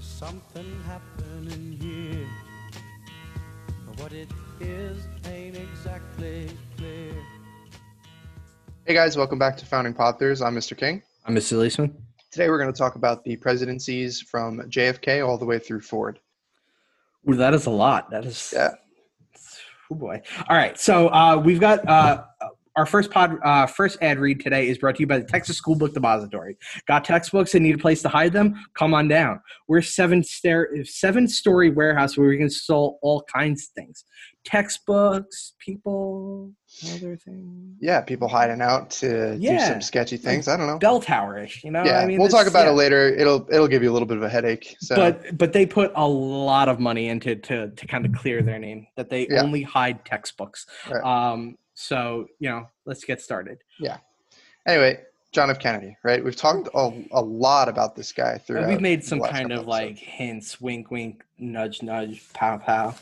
something happening here. But what it is ain't exactly clear. Hey guys, welcome back to Founding Podthers. I'm Mr. King. I'm Mr. Leisman. Today we're going to talk about the presidencies from JFK all the way through Ford. Ooh, that is a lot. That is. Yeah. Oh boy. All right. So uh, we've got uh, our first pod, uh, first ad read today is brought to you by the Texas School Book Depository. Got textbooks and need a place to hide them? Come on down. We're a seven stair, seven story warehouse where we can sell all kinds of things: textbooks, people, other things. Yeah, people hiding out to do Yeah. some sketchy things. I don't know. Bell towerish, you know. yeah, I mean, we'll that's- talk about yeah. it later. It'll it'll give you a little bit of a headache. So But but they put a lot of money into to to kind of clear their name that they Yeah. only hide textbooks. Right. Um, so you know, let's get started. anyway, John F. Kennedy, right? We've talked a, a lot about this guy throughout. We've made some the last kind couple of episodes. like hints, wink, wink, nudge, nudge, pow, pow.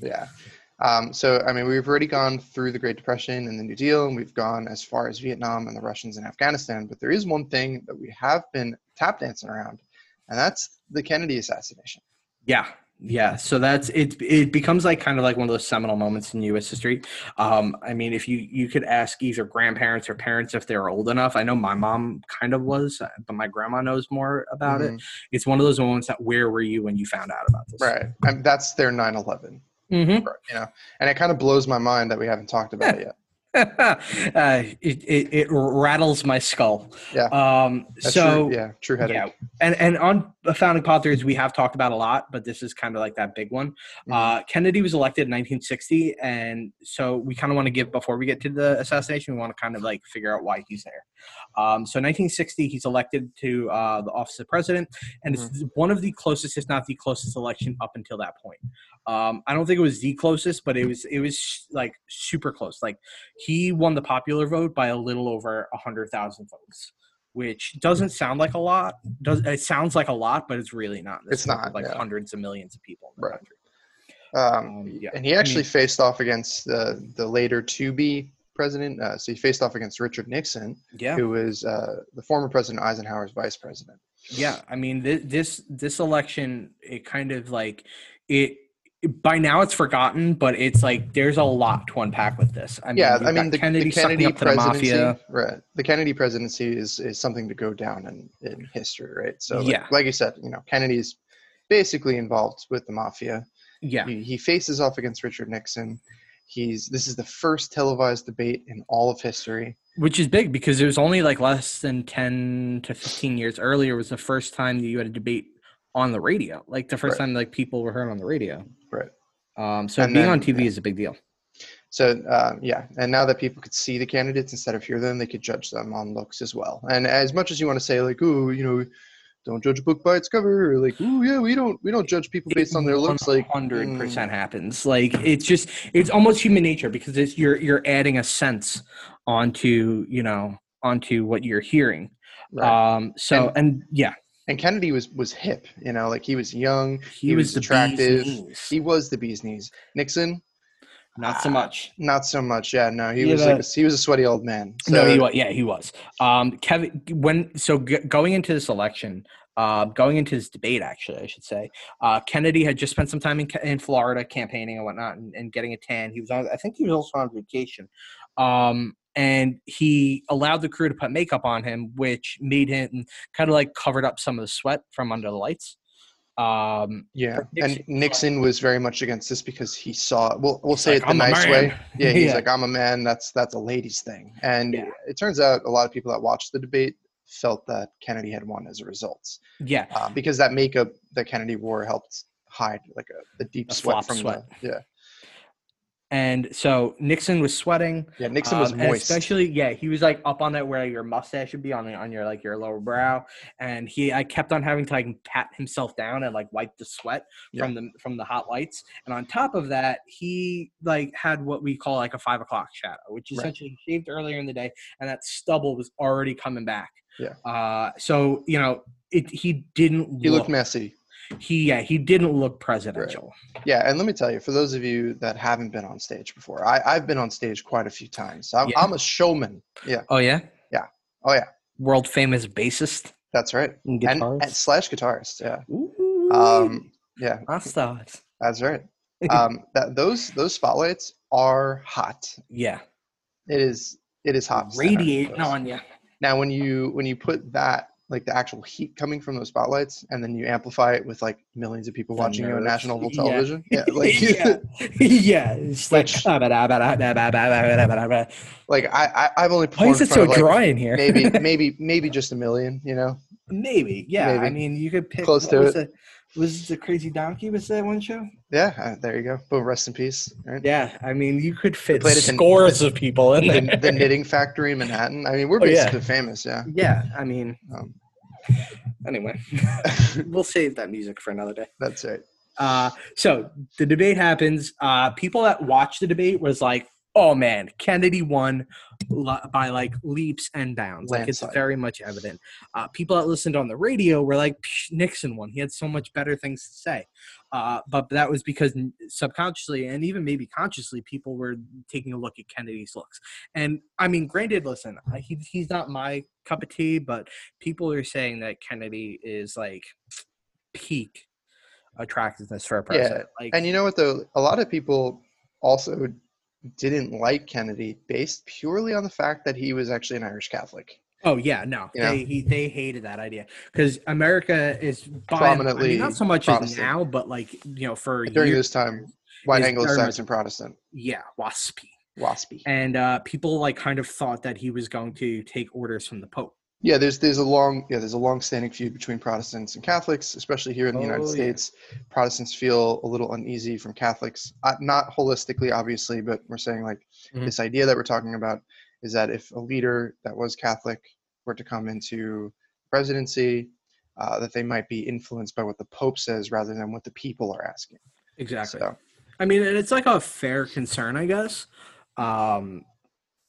Yeah. Um, so, I mean, we've already gone through the Great Depression and the New Deal, and we've gone as far as Vietnam and the Russians and Afghanistan. But there is one thing that we have been tap dancing around, and that's the Kennedy assassination. Yeah, yeah. So that's it. It becomes like kind of like one of those seminal moments in U.S. history. Um, I mean, if you you could ask either grandparents or parents if they're old enough. I know my mom kind of was, uh, but my grandma knows more about it. Mhm. It's one of those moments that where were you when you found out about this? Right. And that's their 9 11. Mm-hmm. You know, and it kind of blows my mind that we haven't talked about it yet. uh, it, it, it rattles my skull. Yeah. Um, That's so true, yeah, true headache. yeah, and and on the founding fathers we have talked about a lot, but this is kind of like that big one. Mm-hmm. Uh, Kennedy was elected in 1960, and so we kind of want to give before we get to the assassination, we want to kind of like figure out why he's there. Um, so 1960, he's elected to uh, the office of president, and Mm-hmm. it's one of the closest, if not the closest, election up until that point. Um, I don't think it was the closest, but it was it was sh- like super close. Like he won the popular vote by a little over hundred thousand votes. Which doesn't sound like a lot. Does it sounds like a lot, but it's really not. It's not, like yeah. hundreds of millions of people in the Right. country. Um, Um, yeah. And he I actually mean- faced off against the, the later to be president. Uh, so he faced off against Richard Nixon, Yeah, who was uh, the former president Eisenhower's vice president. yeah. I mean, thi- this this election, it kind of like it. By now, it's forgotten, but it's like there's a lot to unpack with this. I mean, yeah, you've I mean got the Kennedy, the Kennedy sucking up to the presidency, mafia. right? The Kennedy presidency is is something to go down in in history, right? So, like, Yeah. like you said, you know, Kennedy's basically involved with the mafia. Yeah, He, he faces off against Richard Nixon. He's this is the first televised debate in all of history. which is big because it was only like less than ten to fifteen years earlier was the first time that you had a debate on the radio, like the first Right. time like people were heard on the radio. Right. Um, so And being then- on TV yeah. is a big deal. So uh, yeah, and now that people could see the candidates instead of hear them, they could judge them on looks as well. And as much as you want to say like, ooh, you know, don't judge a book by its cover, or like, ooh, yeah, we don't we don't judge people based on their looks. Like, hundred mm, percent happens. Like it's just it's almost human nature because it's you're you're adding a sense onto you know onto what you're hearing. mm, right. Um. So and, yeah, and Kennedy was was hip, you know, like he was young, he, He was, was the bee's attractive. knees. he was the bee's knees. Nixon, Not so Ah, much. not so much. Yeah, no, he Yeah, was like that- a, he was a sweaty old man. So, no, he was. Yeah, he was. Um, Kevin, when so g- going into this election, uh, going into this debate, actually, I should say, uh, Kennedy had just spent some time in, Ca- in Florida campaigning and whatnot, and, and getting a tan. He was on. I think he was also on vacation. Um, and he allowed the crew to put makeup on him, which made him kind of like covered up some of the sweat from under the lights. Um, yeah, but Nixon- and Nixon was very much against this because he saw. We'll we'll say like, it the "I'm a nice man." way. Yeah, he's Yeah. like, I'm a man. That's that's a ladies' thing. And Yeah. it turns out a lot of people that watched the debate felt that Kennedy had won as a result, yeah, um, because that makeup that Kennedy wore helped hide like a the deep A sweat flop from sweat. the yeah and so Nixon was sweating. yeah. Nixon was Um, and moist. Especially, yeah, he was like up on that where your mustache should be on on your like your lower brow, and he I kept on having to like pat himself down and like wipe the sweat Yeah. from the from the hot lights, and on top of that, he like had what we call like a five o'clock shadow, which Right. essentially he shaved earlier in the day, and that stubble was already coming back. Yeah. Uh, so you know, it he didn't. he look, looked messy. He yeah, he didn't look presidential. Yeah, and let me tell you, for those of you that haven't been on stage before, I, I've been on stage quite a few times. I'm, Yeah. I'm a showman. Yeah, Oh yeah. Oh, yeah. World famous bassist that's right. and And, guitarist. and slash guitarist. Yeah, Ooh, Um, yeah, Hot stars. that's right. Um, that those those spotlights are hot. Yeah. It is it is hot. to stand under Radiating those. on you. Now, when you when you put that like the actual heat coming from those spotlights, and then you amplify it with like millions of people The watching you on nerves. national Yeah. television, yeah, like yeah. yeah. It's like, Which- why like I, I I've only performed is in it so front of, like, dry in here? maybe maybe maybe just a million, you know. Maybe, yeah. I Maybe. mean, you could pick. Close what to was it. was the Crazy Donkey? Was that one show? Yeah, uh, there you go. Boom, rest in peace. Right? Yeah, I mean, you could fit played it in- scores of people in The, there. the Knitting Factory in Manhattan. I mean, we're Oh, yeah. basically famous. Yeah. yeah, I mean, Um, anyway, we'll save that music for another day. that's right. Uh, so the debate happens. Uh, people that watched the debate was like, "Oh man, Kennedy won lo- by like leaps and bounds. Like it's Landslide. very much evident." Uh, people that listened on the radio were like, "Psh, "Nixon won. He had so much better things to say." Uh, but that was because n- subconsciously and even maybe consciously, people were taking a look at Kennedy's looks. And I mean, granted, listen, I- he, he's not my cup of tea, but people are saying that Kennedy is like peak attractiveness for a person. Yeah, like, And you know what though? A lot of people also didn't like Kennedy based purely on the fact that he was actually an Irish Catholic. oh yeah, no, Yeah. they he, they hated that idea because America is by, Prominently prominently not so much as Protestant. now, but like you know for During years, this time, white is Anglo-Saxon Protestant, yeah, waspy, waspy. and uh, people like kind of thought that he was going to take orders from the Pope. Yeah, there's there's a long yeah there's a long-standing feud between Protestants and Catholics, especially here in the United Oh, yeah. States. Protestants feel a little uneasy from Catholics, uh, not holistically, obviously, but we're saying like Mhm. this idea that we're talking about is that if a leader that was Catholic were to come into presidency, uh, that they might be influenced by what the Pope says rather than what the people are asking. Exactly. So I mean, and it's like a fair concern, I guess. Um,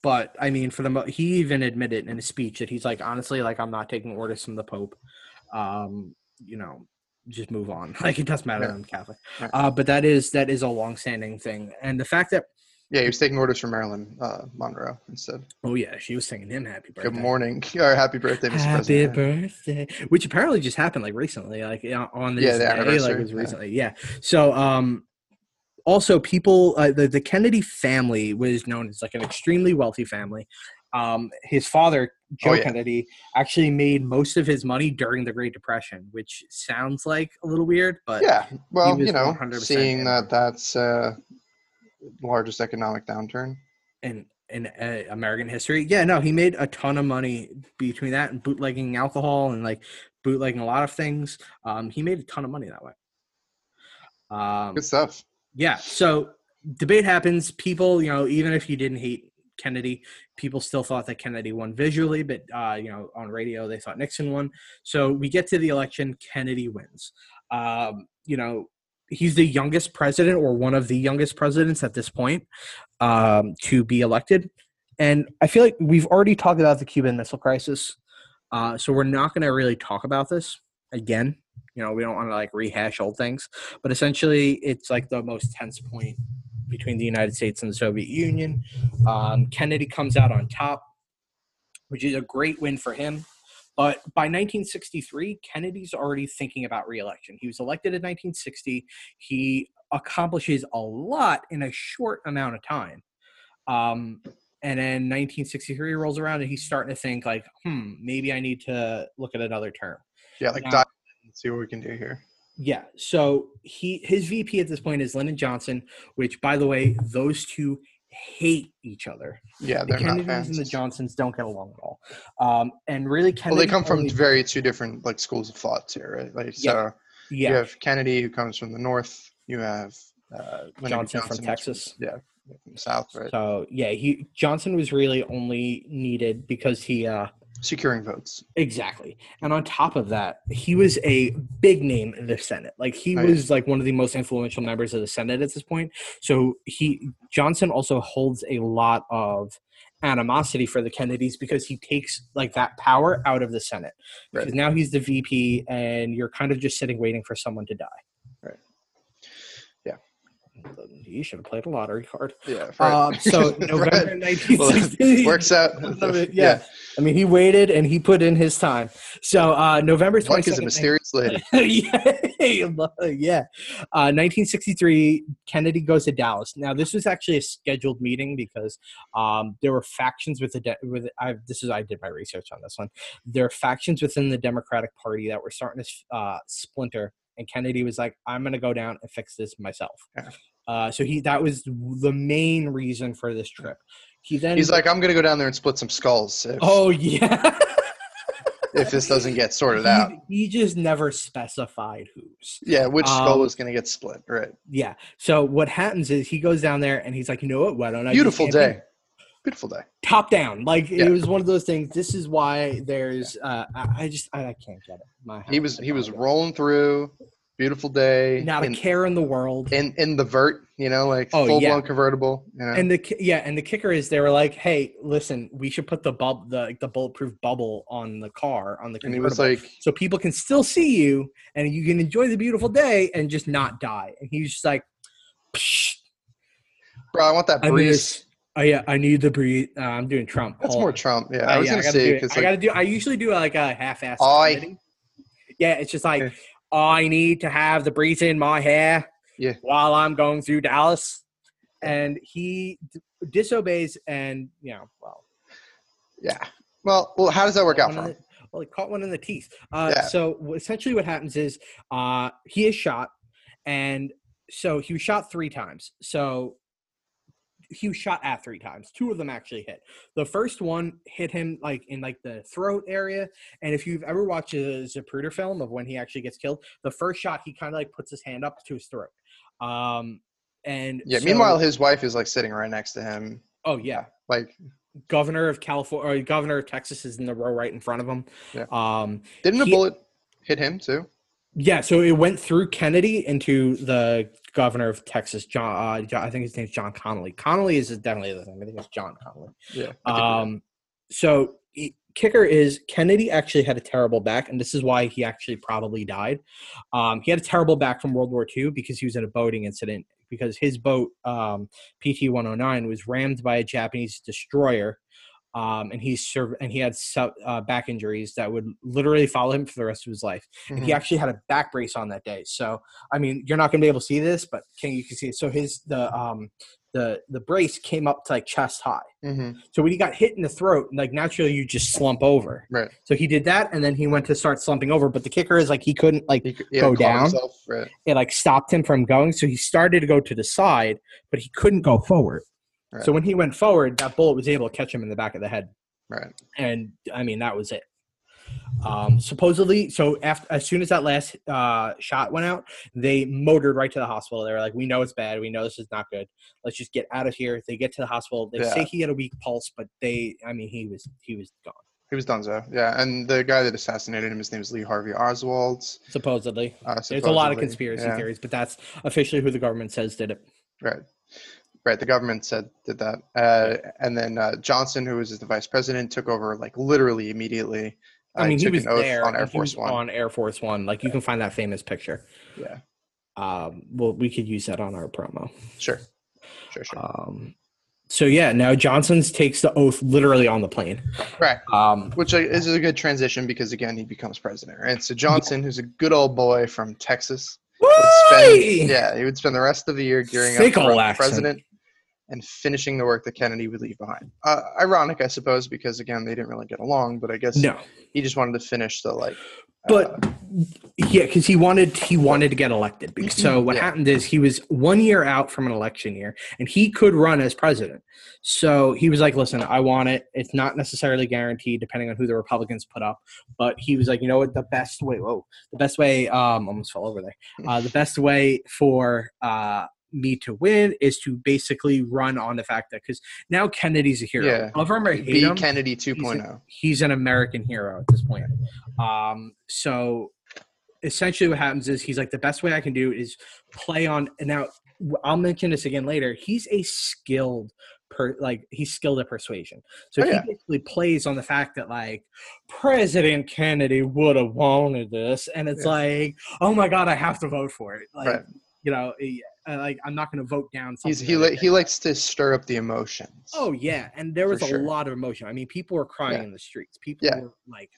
but I mean, for the mo- he even admitted in a speech that he's like, honestly, like I'm not taking orders from the Pope. Um, you know, just move on. Like it doesn't matter. that Yeah. I'm Catholic. Right. Uh, but that is that is a long-standing thing, and the fact that yeah, he was taking orders from Marilyn uh, Monroe instead. oh yeah, she was singing him happy birthday. Good morning or happy birthday, Mr. Happy President. birthday, which apparently just happened like recently, like you know, on the Yeah, the like anniversary, it was yeah. recently, yeah. So, um, also people, uh, the the Kennedy family was known as like an extremely wealthy family. Um, his father, Joe Oh, yeah. Kennedy, actually made most of his money during the Great Depression, which sounds like a little weird, but Yeah, well, was you know, 100% seeing in. that that's uh, largest economic downturn. in in uh, American history. Yeah, no, he made a ton of money between that and bootlegging alcohol and like bootlegging a lot of things. Um, he made a ton of money that way. Um, Good stuff. yeah, so debate happens. People, you know, even if you didn't hate Kennedy, people still thought that Kennedy won visually, but uh, you know, on radio they thought Nixon won. So we get to the election, Kennedy wins. Um, you know, he's the youngest president or one of the youngest presidents at this point um, to be elected. And I feel like we've already talked about the Cuban Missile Crisis, uh, so we're not going to really talk about this again. You know, we don't want to like rehash old things, but essentially, it's like the most tense point between the United States and the Soviet Union. Um, Kennedy comes out on top, which is a great win for him. But by 1963, Kennedy's already thinking about reelection. He was elected in 1960. He accomplishes a lot in a short amount of time. Um, and then 1963 rolls around, and he's starting to think like, hmm, maybe I need to look at another term. Yeah, like Yeah. dive in and see what we can do here. Yeah. So he his VP at this point is Lyndon Johnson, which by the way, those two hate each other. Yeah, The they're not Kennedys and fans. the Johnsons don't get along at all. Um, and really Kennedy Well, they come from only- very two different like schools of thoughts here, right? Like, Yeah. so yeah, you have Kennedy who comes from the north. You have uh, Lyndon Johnson, from which- Texas. Yeah, from the south, right? So yeah, he Johnson was really only needed because he uh Securing votes. Exactly. And on top of that, he was a big name in the Senate. Like he Right. was like one of the most influential members of the Senate at this point. So he Johnson also holds a lot of animosity for the Kennedys because he takes like that power out of the Senate. Right. Because now he's the VP and you're kind of just sitting waiting for someone to die. Right. Yeah. You should have played a lottery card. Yeah. Um, so November Well, 1960. works out. yeah. I mean, he waited and he put in his time. So uh, November Blank is a 22nd, mysterious lady. yeah. yeah. Uh, 1963, Kennedy goes to Dallas. Now, this was actually a scheduled meeting because um, there were factions with the de- with I, this is I did my research on this one. There are factions within the Democratic Party that were starting to uh, splinter, and Kennedy was like, "I'm going to go down and fix this myself." Yeah. Uh, so he that was the main reason for this trip. He then He's like, I'm gonna go down there and split some skulls if, "Oh yeah." if this doesn't get sorted He- out. he just never specified whose. Yeah, which Um, skull was gonna get split? Right. Yeah. So what happens is he goes down there and he's like, you know what? Why don't I? do Beautiful campaign?" day. Beautiful day. Top down. Like Yeah. it was one of those things. This is why there's. Uh, I I just I, I can't get it. My He was he was wrong. rolling through. Beautiful day. Not in, a care in the world. in in the vert, you know, like Oh, full yeah. blown convertible. You know? And the ki- yeah, and the kicker is they were like, "Hey, listen, we should put the bub the like, the bulletproof bubble on the car on the and he convertible, was like, so people can still see you and you can enjoy the beautiful day and just not die." And he's just like, Psh, "Bro, I want that I mean, breeze." "Oh yeah, I need the breathe." Uh, I'm doing Trump. That's Hold more on. Trump. Yeah, Uh, I was yeah, gonna gotta say do it. because I like gotta do. I usually do like a half-ass. Oi. comedy. Yeah, it's just like Yeah. I need to have the breeze in my hair. Yeah. While I'm going through Dallas, and he d- disobeys, and you know, well, yeah. Well, well, how does that work out one for in him? the- well, he caught one in the teeth. Uh, Yeah. So wh- essentially, what happens is uh, he is shot, and so he was shot three times. So he was shot at three times. Two of them actually hit. The first one hit him like in like the throat area. And if you've ever watched a Zapruder film of when he actually gets killed, the first shot he kind of like puts his hand up to his throat. Um, and Yeah. so- Meanwhile, his wife is like sitting right next to him. oh yeah, Like, governor of California, governor of Texas is in the row right in front of him. Yeah. Um, didn't a He- bullet hit him too? Yeah, so it went through Kennedy into the governor of Texas, John. Uh, John I think his name's John Connolly. Connolly is definitely the name. I think it's John Connolly. Yeah. I think you're right. Um, so e- kicker is Kennedy actually had a terrible back, and this is why he actually probably died. Um, he had a terrible back from World War II because he was in a boating incident because his boat um, PT 109 was rammed by a Japanese destroyer. Um, and he served, and he had sub, uh, back injuries that would literally follow him for the rest of his life Mhm. he actually had a back brace on that day. So I mean, you're not going to be able to see this, but can you can see it? So his the um the the brace came up to like chest high. Mhm. So when he got hit in the throat, like naturally you just slump over. Right. So he did that, and then he went to start slumping over. But the kicker is like he couldn't like He, c- he had Go to calm down. himself, right. it like stopped him from going. So he started to go to the side, but he couldn't go forward. So Right. when he went forward, that bullet was able to catch him in the back of the head. Right. And I mean that was it. Um, supposedly, so after as soon as that last uh, shot went out, they motored right to the hospital. They were like, "We know it's bad. We know this is not good. Let's just get out of here." They get to the hospital. They Yeah. say he had a weak pulse, but they, I mean, he was he was gone. He was Dunzo. Yeah, and the guy that assassinated him, his name is Lee Harvey Oswald. Supposedly, Uh, there's a lot of supposedly. conspiracy Yeah. theories, but that's officially who the government says did it. Right. Right. The government said did that. Uh, and then uh, Johnson, who was the vice president, took over like literally immediately. Uh, I mean, he took was an oath there on Air and he Force was One. On Air Force One, like you can find that famous picture. Yeah. Um, well, we could use that on our promo. Sure. Sure. Sure. Um, so yeah, now Johnson's takes the oath literally on the plane. right. Um, Which uh, is a good transition because again, he becomes president. Right. So Johnson, who's a good old boy from Texas, would spend, Whee! yeah, he would spend the rest of the year gearing Sick up ol' for running for accent. president and finishing the work that Kennedy would leave behind. Uh, ironic, I suppose, because again, they didn't really get along. But I guess No, he just wanted to finish the like. uh, but yeah, because he wanted he wanted to get elected. Because so Mm-hmm. what Yeah. happened is he was one year out from an election year, and he could run as president. So he was like, "Listen, I want it. It's not necessarily guaranteed, depending on who the Republicans put up." But he was like, "You know what? The best way. Whoa, the best way. Um, almost fell over there. Mm. Uh, the best way for uh." me to win is to basically run on the fact that because now Kennedy's a hero. Yeah. Love him or hate B him, Kennedy oh. he's a- 2.0. he's an American hero at this point. Um, so essentially, what happens is he's like, the best way I can do is play on. And now I'll mention this again later. He's a skilled. Per, like he's skilled at persuasion, so Oh, yeah. he basically plays on the fact that like President Kennedy would have wanted this, and it's Yeah. like, oh my God, I have to vote for it. Like Right. you know, i- uh, like I'm not going to vote down something. He's, he that I li- did. he likes to stir up the emotions. Oh yeah, and there For was a sure. lot of emotion. I mean, people were crying Yeah. in the streets. People Yeah. were like,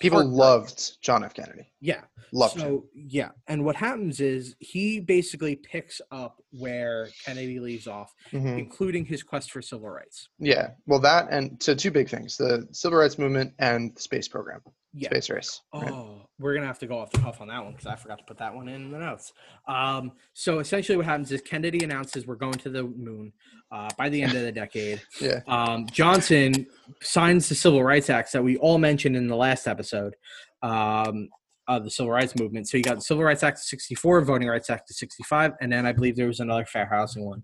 people heartbroken. loved John F. Kennedy. yeah, Loved him. so yeah, and what happens is he basically picks up where Kennedy leaves off, Mhm. including his quest for civil rights. Yeah. Well, that and so two big things: the civil rights movement and the space program, Yeah. space race. right? Oh, we're gonna have to go off the cuff on that one because I forgot to put that one in the notes. Um, so essentially, what happens is Kennedy announces we're going to the moon uh, by the end of the decade. Yeah. Um, Johnson signs the Civil Rights Acts that we all mentioned in the last episode um, of the Civil Rights Movement. So you got the Civil Rights Act of 64, Voting Rights Act of 65, and then I believe there was another fair housing one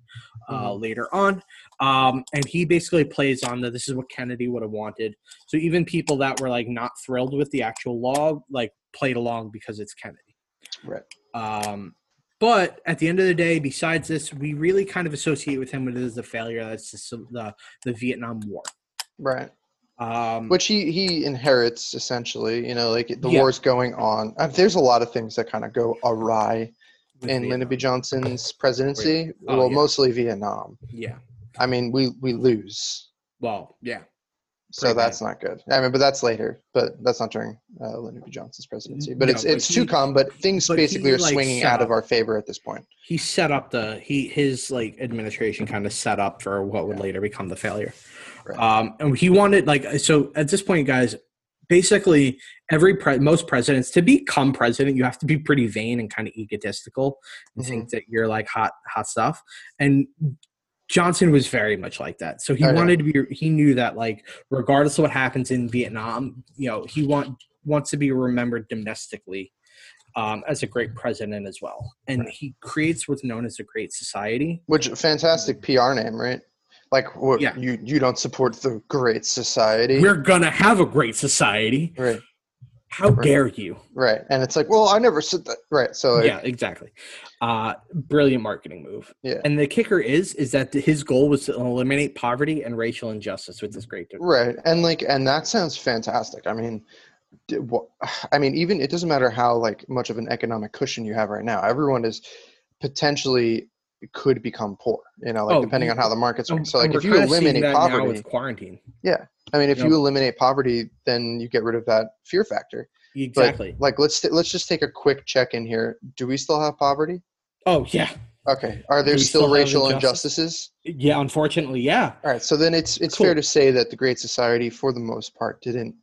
uh, later on. Um, and he basically plays on the this is what Kennedy would have wanted. So even people that were like not thrilled with the actual law, like played along because it's Kennedy. Right. Um, but at the end of the day, besides this, we really kind of associate with him with is the failure that's the, civ- the, the Vietnam War. Right. Um, Which he he inherits essentially. You know, like the Yeah. war's going on. Uh, there's a lot of things that kind of go awry with in Lyndon B. Vietnam. Johnson's presidency. Oh, well, yeah. mostly Vietnam. Yeah. I mean, we we lose. Well, yeah. So Pretty bad. that's not good. I mean, but that's later. But that's not during uh, Lyndon B. Johnson's presidency. But No, it's but it's he- to come. But things but basically he, are like, swinging set out of up- our favor at this point. He set up the he his like administration kind of set up for what would later become the failure. Right. Um, and he wanted like so at this point, guys. Basically, every pre- most presidents to become president, you have to be pretty vain and kind of egotistical and Mhm. think that you're like hot hot stuff. And Johnson was very much like that. So he Oh, yeah. wanted to be he knew that like regardless of what happens in Vietnam, you know, he want wants to be remembered domestically um, as a great president as well. And he creates what's known as a great society. Which fantastic PR name, right? Like what, Yeah. you you don't support the Great Society, We're gonna have a great society. right? How Right. dare you? Right, and it's like, well, I never said that, right? So like, yeah, exactly. Uh, brilliant marketing move. Yeah. And the kicker is is that his goal was to eliminate poverty and racial injustice with this great right, and like, and that sounds fantastic. I mean, d- wha- I mean, even it doesn't matter how like much of an economic cushion you have right now. Everyone is potentially could become poor, you know, like Oh, depending you- on how the markets are. And- So and like, we're if you kinda seeing eliminate that now poverty, with quarantine, I mean, if you you, know- eliminate poverty, then you get rid of that fear factor. But, exactly. like, let's st- let's just take a quick check in here. Do we still have poverty? oh yeah, Okay. Are there we still, still have racial injustice? injustices? yeah. Unfortunately, yeah. All right. So then it's it's Cool. fair to say that the Great Society, for the most part, didn't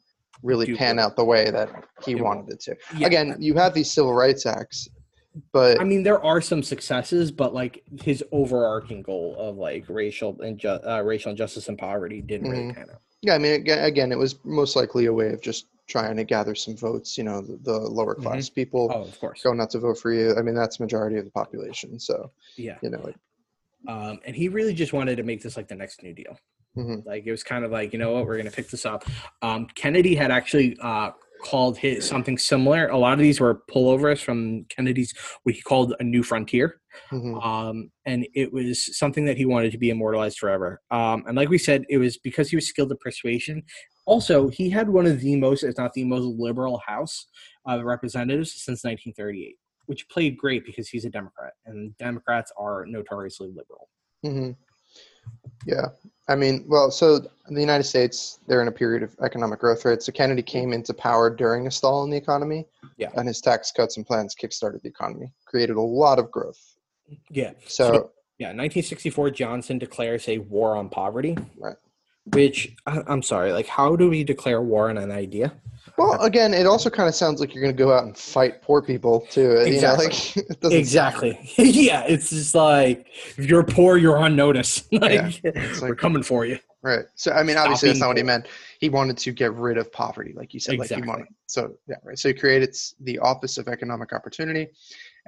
really Do pan good. out the way that he It wanted it to. yeah. Again, you have these civil rights acts, but I mean, there are some successes, but like his overarching goal of like racial inju- uh, racial injustice and poverty didn't really Mhm. pan out. yeah, I mean, aga- again, it was most likely a way of just trying to gather some votes. You know, the, the lower Mhm. class people Oh, of course. go not to vote for you. I mean, that's majority of the population. So Yeah. you know, like, Um, and he really just wanted to make this like the next New Deal. Mhm. Like it was kind of like you know what we're gonna pick this up. Um, Kennedy had actually uh, called his something similar. A lot of these were pullovers from Kennedy's what he called a new frontier. mhm, um, and it was something that he wanted to be immortalized forever. Um, and like we said, it was because he was skilled at persuasion. Also, he had one of the most, if not the most, liberal House of Representatives since 1938, which played great because he's a Democrat, and Democrats are notoriously liberal. mhm. yeah. I mean, well, so the United States, they're in a period of economic growth, right? So Kennedy came into power during a stall in the economy. Yeah. And his tax cuts and plans kickstarted the economy, created a lot of growth. Yeah, So, yeah. 1964, Johnson declares a war on poverty. Right. Which I- I'm sorry, like, how do we declare war on an idea? well, again, it also kind of sounds like you're going to go out and fight poor people too. You know, like it doesn't Exactly. yeah, it's just like if you're poor, you're on notice. like, It's we're like- coming for you. right. So, I mean, obviously, that's Stopping not what he meant. He wanted to get rid of poverty, like you said, like Exactly. he wanted. So, yeah, right. So he created s- the Office of Economic Opportunity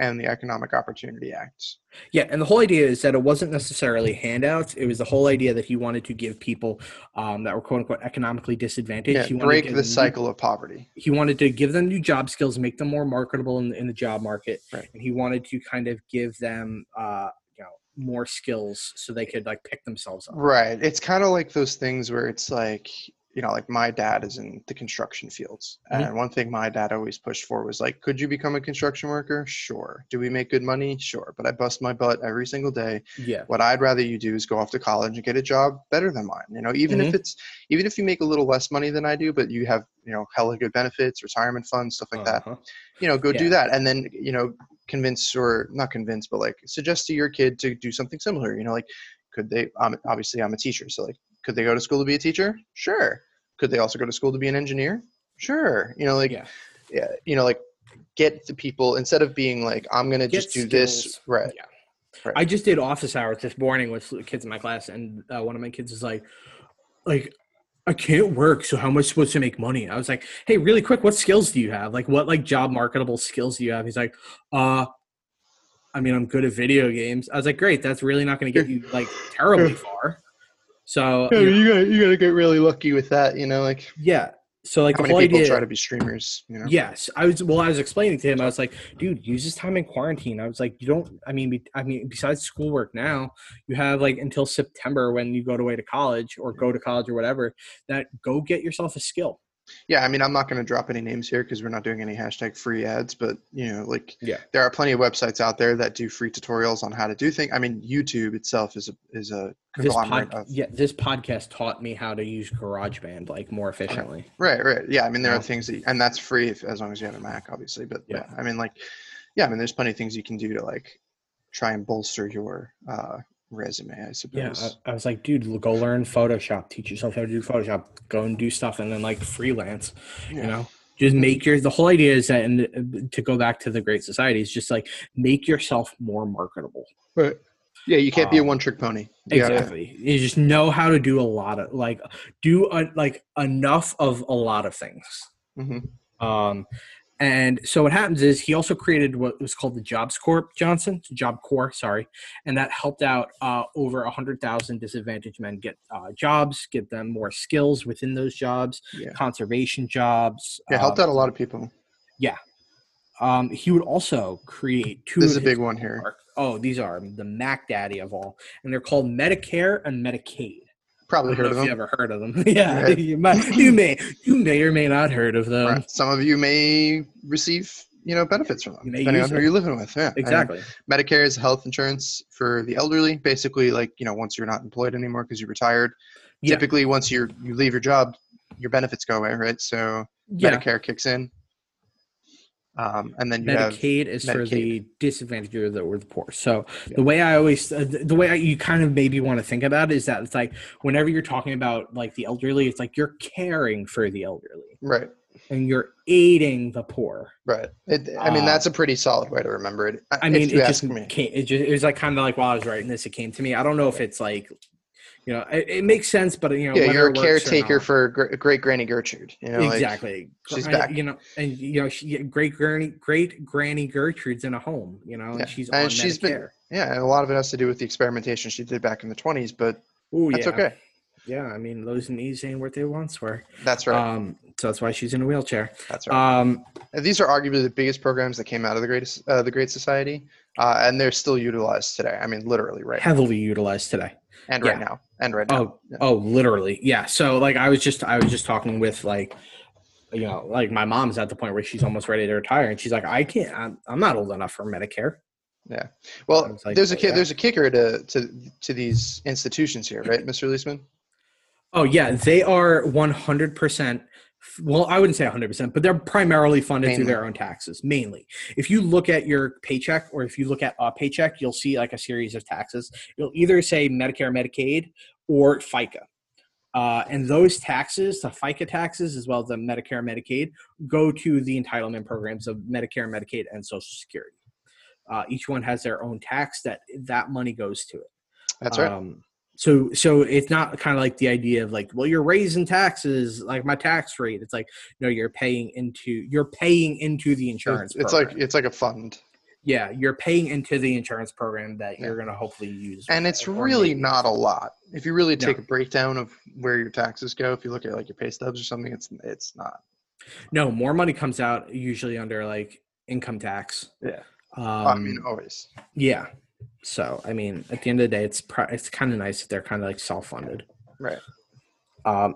and the Economic Opportunity Act. Yeah, and the whole idea is that it wasn't necessarily handouts. It was the whole idea that he wanted to give people um, that were quote unquote economically disadvantaged. Yeah, he wanted to break give the them new- cycle of poverty. he wanted to give them new job skills, make them more marketable in, in the job market, Right. and he wanted to kind of give them uh, you know more skills so they could like pick themselves up. Right. It's kind of like those things where it's like you know, like my dad is in the construction fields. And one thing my dad always pushed for was like, could you become a construction worker? Sure. Do we make good money? Sure. But I bust my butt every single day. Yeah. What I'd rather you do is go off to college and get a job better than mine. You know, even if it's even if you make a little less money than I do, but you have, you know, hella good benefits, retirement funds, stuff like that. Uh-huh. You know, go Yeah. do that. And then, you know, convince or not convince, but like suggest to your kid to do something similar. You know, like could they um, obviously I'm a teacher, so like could they go to school to be a teacher? Sure. Could they also go to school to be an engineer? Sure. You know, like Yeah. yeah, you know, like get the people instead of being like, I'm gonna Get just do this skills. right. Right. I just did office hours this morning with kids in my class, and uh, one of my kids is like, like, I can't work, so how am I supposed to make money? I was like, hey, really quick, what skills do you have? Like, what like job marketable skills do you have? He's like, uh, I mean, I'm good at video games. I was like, great, that's really not going to get you like terribly far. So Yeah, you know, you gotta you gotta get really lucky with that, you know, like yeah, so like how the many whole people idea. try to be streamers, you know? Yes, I was. Well, I was explaining to him. I was like, "Dude, use this time in quarantine." I was like, "You don't. I mean, be, I mean, besides schoolwork now, you have like until September when you go away to college or go to college or whatever. That go get yourself a skill. Yeah, I mean, I'm not going to drop any names here because we're not doing any hashtag free ads, but you know, like, Yeah. there are plenty of websites out there that do free tutorials on how to do things. I mean, YouTube itself is a is a This conglomerate pod, of yeah, this podcast taught me how to use GarageBand like more efficiently. right, right, yeah. I mean, there Yeah. are things that, and that's free if, as long as you have a Mac, obviously. But Yeah. yeah. I mean, like, yeah, I mean, there's plenty of things you can do to like try and bolster your uh, resume, I Yeah, suppose. I, I was like, "Dude, l- go learn Photoshop. Teach yourself how to do Photoshop. Go and do stuff, and then like freelance." Yeah. you know just make your the whole idea is that and uh, to go back to the great society is just like make yourself more marketable But yeah, you can't be a Um, one trick pony. You gotta- exactly you just know how to do a lot of like do a, like enough of a lot of things Mhm. um and so what happens is he also created what was called the jobs corp johnson job corps sorry and that helped out uh, over 100000 disadvantaged men get uh, jobs get them more skills within those jobs Yeah. conservation jobs Yeah, helped um, out a lot of people. Um, he would also create two. This of is a his big one here. mark- Oh, these are the Mac Daddy of all, and they're called Medicare and Medicaid. I Probably don't heard know of if you them. ever heard of them? yeah, Right. you, might, you may, you may or may not heard of them. Right. Some of you may receive, you know, benefits from them, You may depending use on who them. you're living with. Yeah. I mean, Exactly. Medicare is health insurance for the elderly. Basically, like you know, once you're not employed anymore because you're retired, Yeah. typically once you you leave your job, your benefits go away, right? So Yeah. Medicare kicks in, um, and then you have Medicaid is for Medicaid. the disadvantaged or the, or the poor. So Yeah. the way I always, uh, the the way I, you kind of maybe want to think about it is that it's like whenever you're talking about like the elderly, it's like you're caring for the elderly right, and you're aiding the poor. right. It, I mean, Uh, that's a pretty solid way to remember it. uh, I mean, if you it ask just me, came. It just it was like kind of like while I was writing this, it came to me. I don't know if it's like, you know, it, it makes sense, but you know, yeah, whether you're a it works or caretaker not. for gr- great granny Gertrude. You know, like- exactly. she's I- back. You know, and you know, she, great granny, great granny Gertrude's in a home. You know, Yeah, and she's and on she's been- Medicare. yeah, and a lot of it has to do with the experimentation she did back in the 20s, but Ooh, that's Oh, yeah. okay. Yeah, I mean, those knees ain't what they once were. That's right. Um, so that's why she's in a wheelchair. that's right. Um, And These are arguably the biggest programs that came out of the greatest uh, the Great Society, uh, and they're still utilized today. I mean, literally right now, heavily utilized today. and right yeah. now and right now. Oh, oh, literally, yeah. So like, I was just, I was just talking with like, you know, like my mom's at the point where she's almost ready to retire, and she's like, I can't, I'm, I'm not old enough for Medicare. well, it's like- there's a ki- yeah. there's a kicker to, to to these institutions here, right, Mr. Leisman? Oh yeah, they are 100. percent well, I wouldn't say 100%, but they're primarily funded through Mainly. their own taxes, mainly. If you look at your paycheck or if you look at a paycheck, you'll see like a series of taxes. You'll either say Medicare, Medicaid, or FICA. Uh, and those taxes, the FICA taxes, as well as the Medicare, Medicaid, go to the entitlement programs of Medicare, Medicaid, and Social Security. Uh, each one has their own tax that that money goes to it. That's right. Um, so so it's not kind of like the idea of like, well, you're raising taxes, like my tax rate. It's like, no, you're paying into you're paying into the insurance. It's, it's like program. it's like a fund, yeah, you're paying into the insurance program that Yeah. you're gonna hopefully use. and it's or really maybe- not a lot. If you really No. take a breakdown of where your taxes go, if you look at like your pay stubs or something, it's it's not. no more money comes out usually under like income tax. Yeah. Um, I mean, always. yeah. So I mean, at the end of the day, it's pri- it's kind of nice that they're kind of like self funded. Right. Um,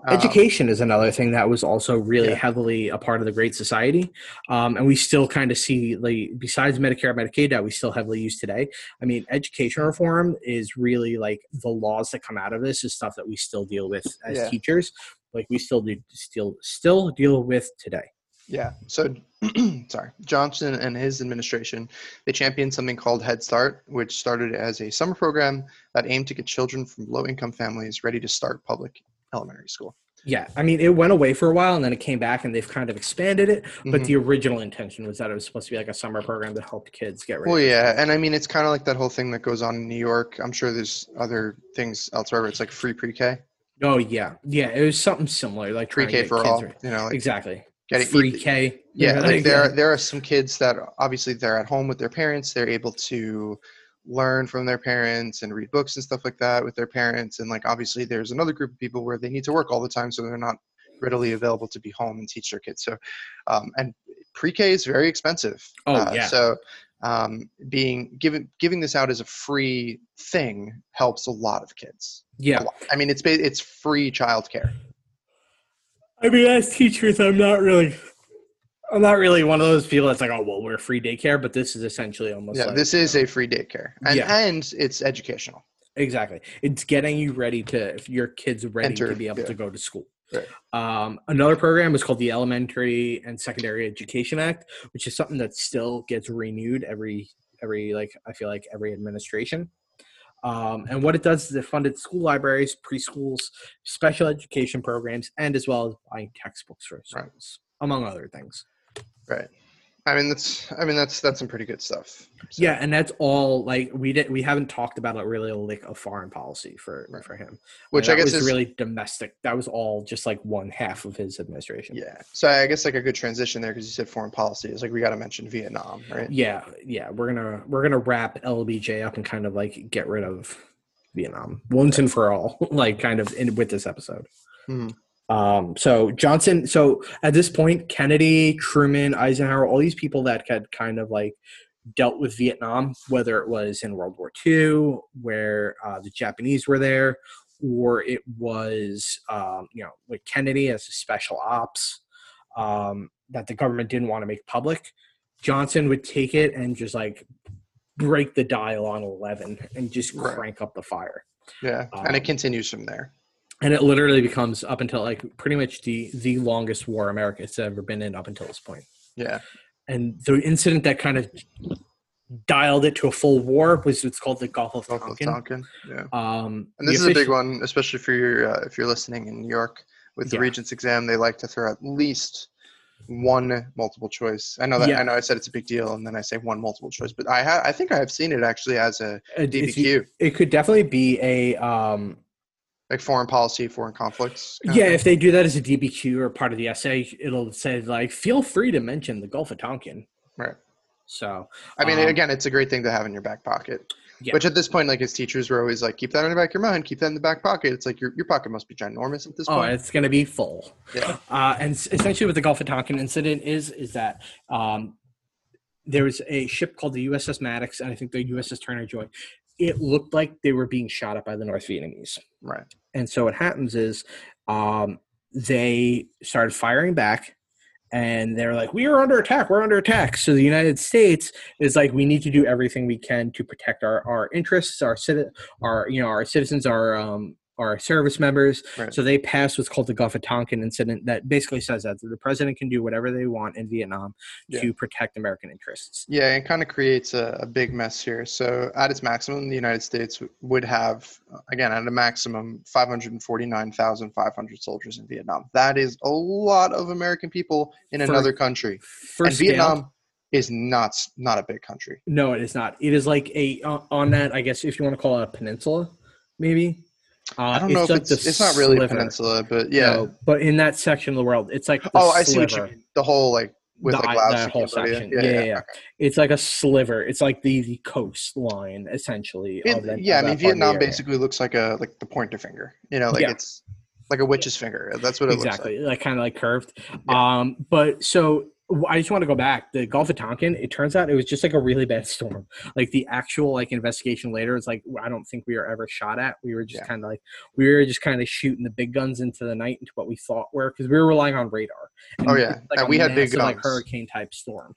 Um, education is another thing that was also really Yeah. heavily a part of the Great Society, um, and we still kind of see, like, besides Medicare and Medicaid that we still heavily use today. I mean, education reform is really like the laws that come out of this is stuff that we still deal with as Yeah. teachers, like we still do still still deal with today. Yeah. So, sorry. Johnson and his administration, they championed something called Head Start, which started as a summer program that aimed to get children from low-income families ready to start public elementary school. Yeah, I mean, it went away for a while and then it came back and they've kind of expanded it. But Mhm. the original intention was that it was supposed to be like a summer program to help kids get ready. Well, yeah, and I mean it's kind of like that whole thing that goes on in New York. I'm sure there's other things elsewhere where it's like free pre-K, Oh yeah, yeah. It was something similar, like trying to pre-K get for kids all. ready. You know, like exactly. getting e- Free K. yeah like there are, there are some kids that obviously they're at home with their parents they're able to learn from their parents and read books and stuff like that with their parents and like obviously there's another group of people where they need to work all the time so they're not readily available to be home and teach their kids so um, and pre-k is very expensive Uh, Oh, yeah. so um, being giving giving this out as a free thing helps a lot of kids A Yeah. lot. i mean it's ba- it's free childcare I mean, as teachers, I'm not really, I'm not really one of those people that's like, oh well, we're free daycare, but this is essentially almost. yeah like, this you is know- a free daycare and Yeah. and it's educational Exactly. It's getting you ready to if your kids ready Enter, to be able yeah. to go to school. Right. Um, another program is called the Elementary and Secondary Education Act, which is something that still gets renewed every every like I feel like every administration. Um, and what it does is it funded school libraries, preschools, special education programs, and as well as buying textbooks for Right. schools, among other things. Right. I mean that's I mean that's that's some pretty good stuff. So, Yeah, and that's all. Like we did, we haven't talked about a really a lick of foreign policy for Right. for him, Which I Like, that guess was is- really domestic. That was all just like one half of his administration. Yeah. So I guess like a good transition there because you said foreign policy is like we got to mention Vietnam, right? yeah, yeah. We're gonna we're gonna wrap LBJ up and kind of like get rid of Vietnam once and for all, like kind of in with this episode. Mhm. Um, so Johnson, so at this point, Kennedy, Truman, Eisenhower, all these people that had kind of like dealt with Vietnam, whether it was in World War II, where uh, the Japanese were there, or it was, um, you know, with Kennedy as a special ops um, that the government didn't want to make public. Johnson would take it and just like break the dial on 11 and just Right. crank up the fire Yeah. and Um, it continues from there. and it literally becomes up until like pretty much the the longest war America's ever been in up until this point. Yeah. And the incident that kind of dialed it to a full war was what's called the Gulf of Gulf of Tonkin. Tonkin. Yeah. Um, And the this is a big offici- one, especially for your uh, if you're listening in New York with the Yeah. Regents exam, they like to throw at least one multiple choice. I know that Yeah. I know I said it's a big deal, and then I say one multiple choice, but I ha- I think I have seen it actually as a it- it's- DBQ, It could definitely be a um, like foreign policy, foreign conflicts. kind of yeah. thing. If they do that as a DBQ or part of the essay, it'll say like, "Feel free to mention the Gulf of Tonkin." Right. So I mean, Um, again, it's a great thing to have in your back pocket. Yeah. Which at this point, like his teachers were always like, keep that in the back of your mind, keep that in the back pocket. It's like your, your pocket must be ginormous at this Oh, point. it's going to be full. Yeah. Uh, and s- essentially, what the Gulf of Tonkin incident is is that um, there was a ship called the USS Maddox, and I think the USS Turner Joy. It looked like they were being shot at by the North Vietnamese. Right. And so what happens is um, they started firing back and they're like, we are under attack. We're under attack. So the United States is like, we need to do everything we can to protect our, our interests, our, citi- our, you know, our citizens, our, um, our service members. Right. So they passed what's called the Gulf of Tonkin incident that basically says that the president can do whatever they want in Vietnam Yeah. to protect American interests. Yeah, it kind of creates a, a big mess here. So at its maximum, the United States w- would have, uh, again, at a maximum, 549,500 soldiers in Vietnam. That is a lot of American people in For- another country. For and scale- Vietnam is not, s- not a big country. No, it is not. It is like a uh, on that. I guess if you want to call it a peninsula, maybe. Uh, I don't know if like it's, the it's not really a sliver, peninsula, but you yeah. know, but in that section of the world, it's like the oh, I see what you sliver, mean. The whole, like, with the like i- Laos that and whole Cambodia. section. Yeah, yeah, yeah. It's like a sliver. It's like the the coastline essentially. It- of that- yeah, I mean of that part of the Vietnam area. basically looks like a like the pointer finger. You know, like Yeah. it's like a witch's finger. That's what it exactly looks like. kind of like curved um but so I just want to go back. The Gulf of Tonkin. It turns out it was just like a really bad storm. Like the actual like investigation later is like I don't think we were ever shot at. We were just Yeah. kind of like we were just kind of shooting the big guns into the night into what we thought were because we were relying on radar. And Oh, it yeah. was, like And a we had big massive, like guns. hurricane type storm.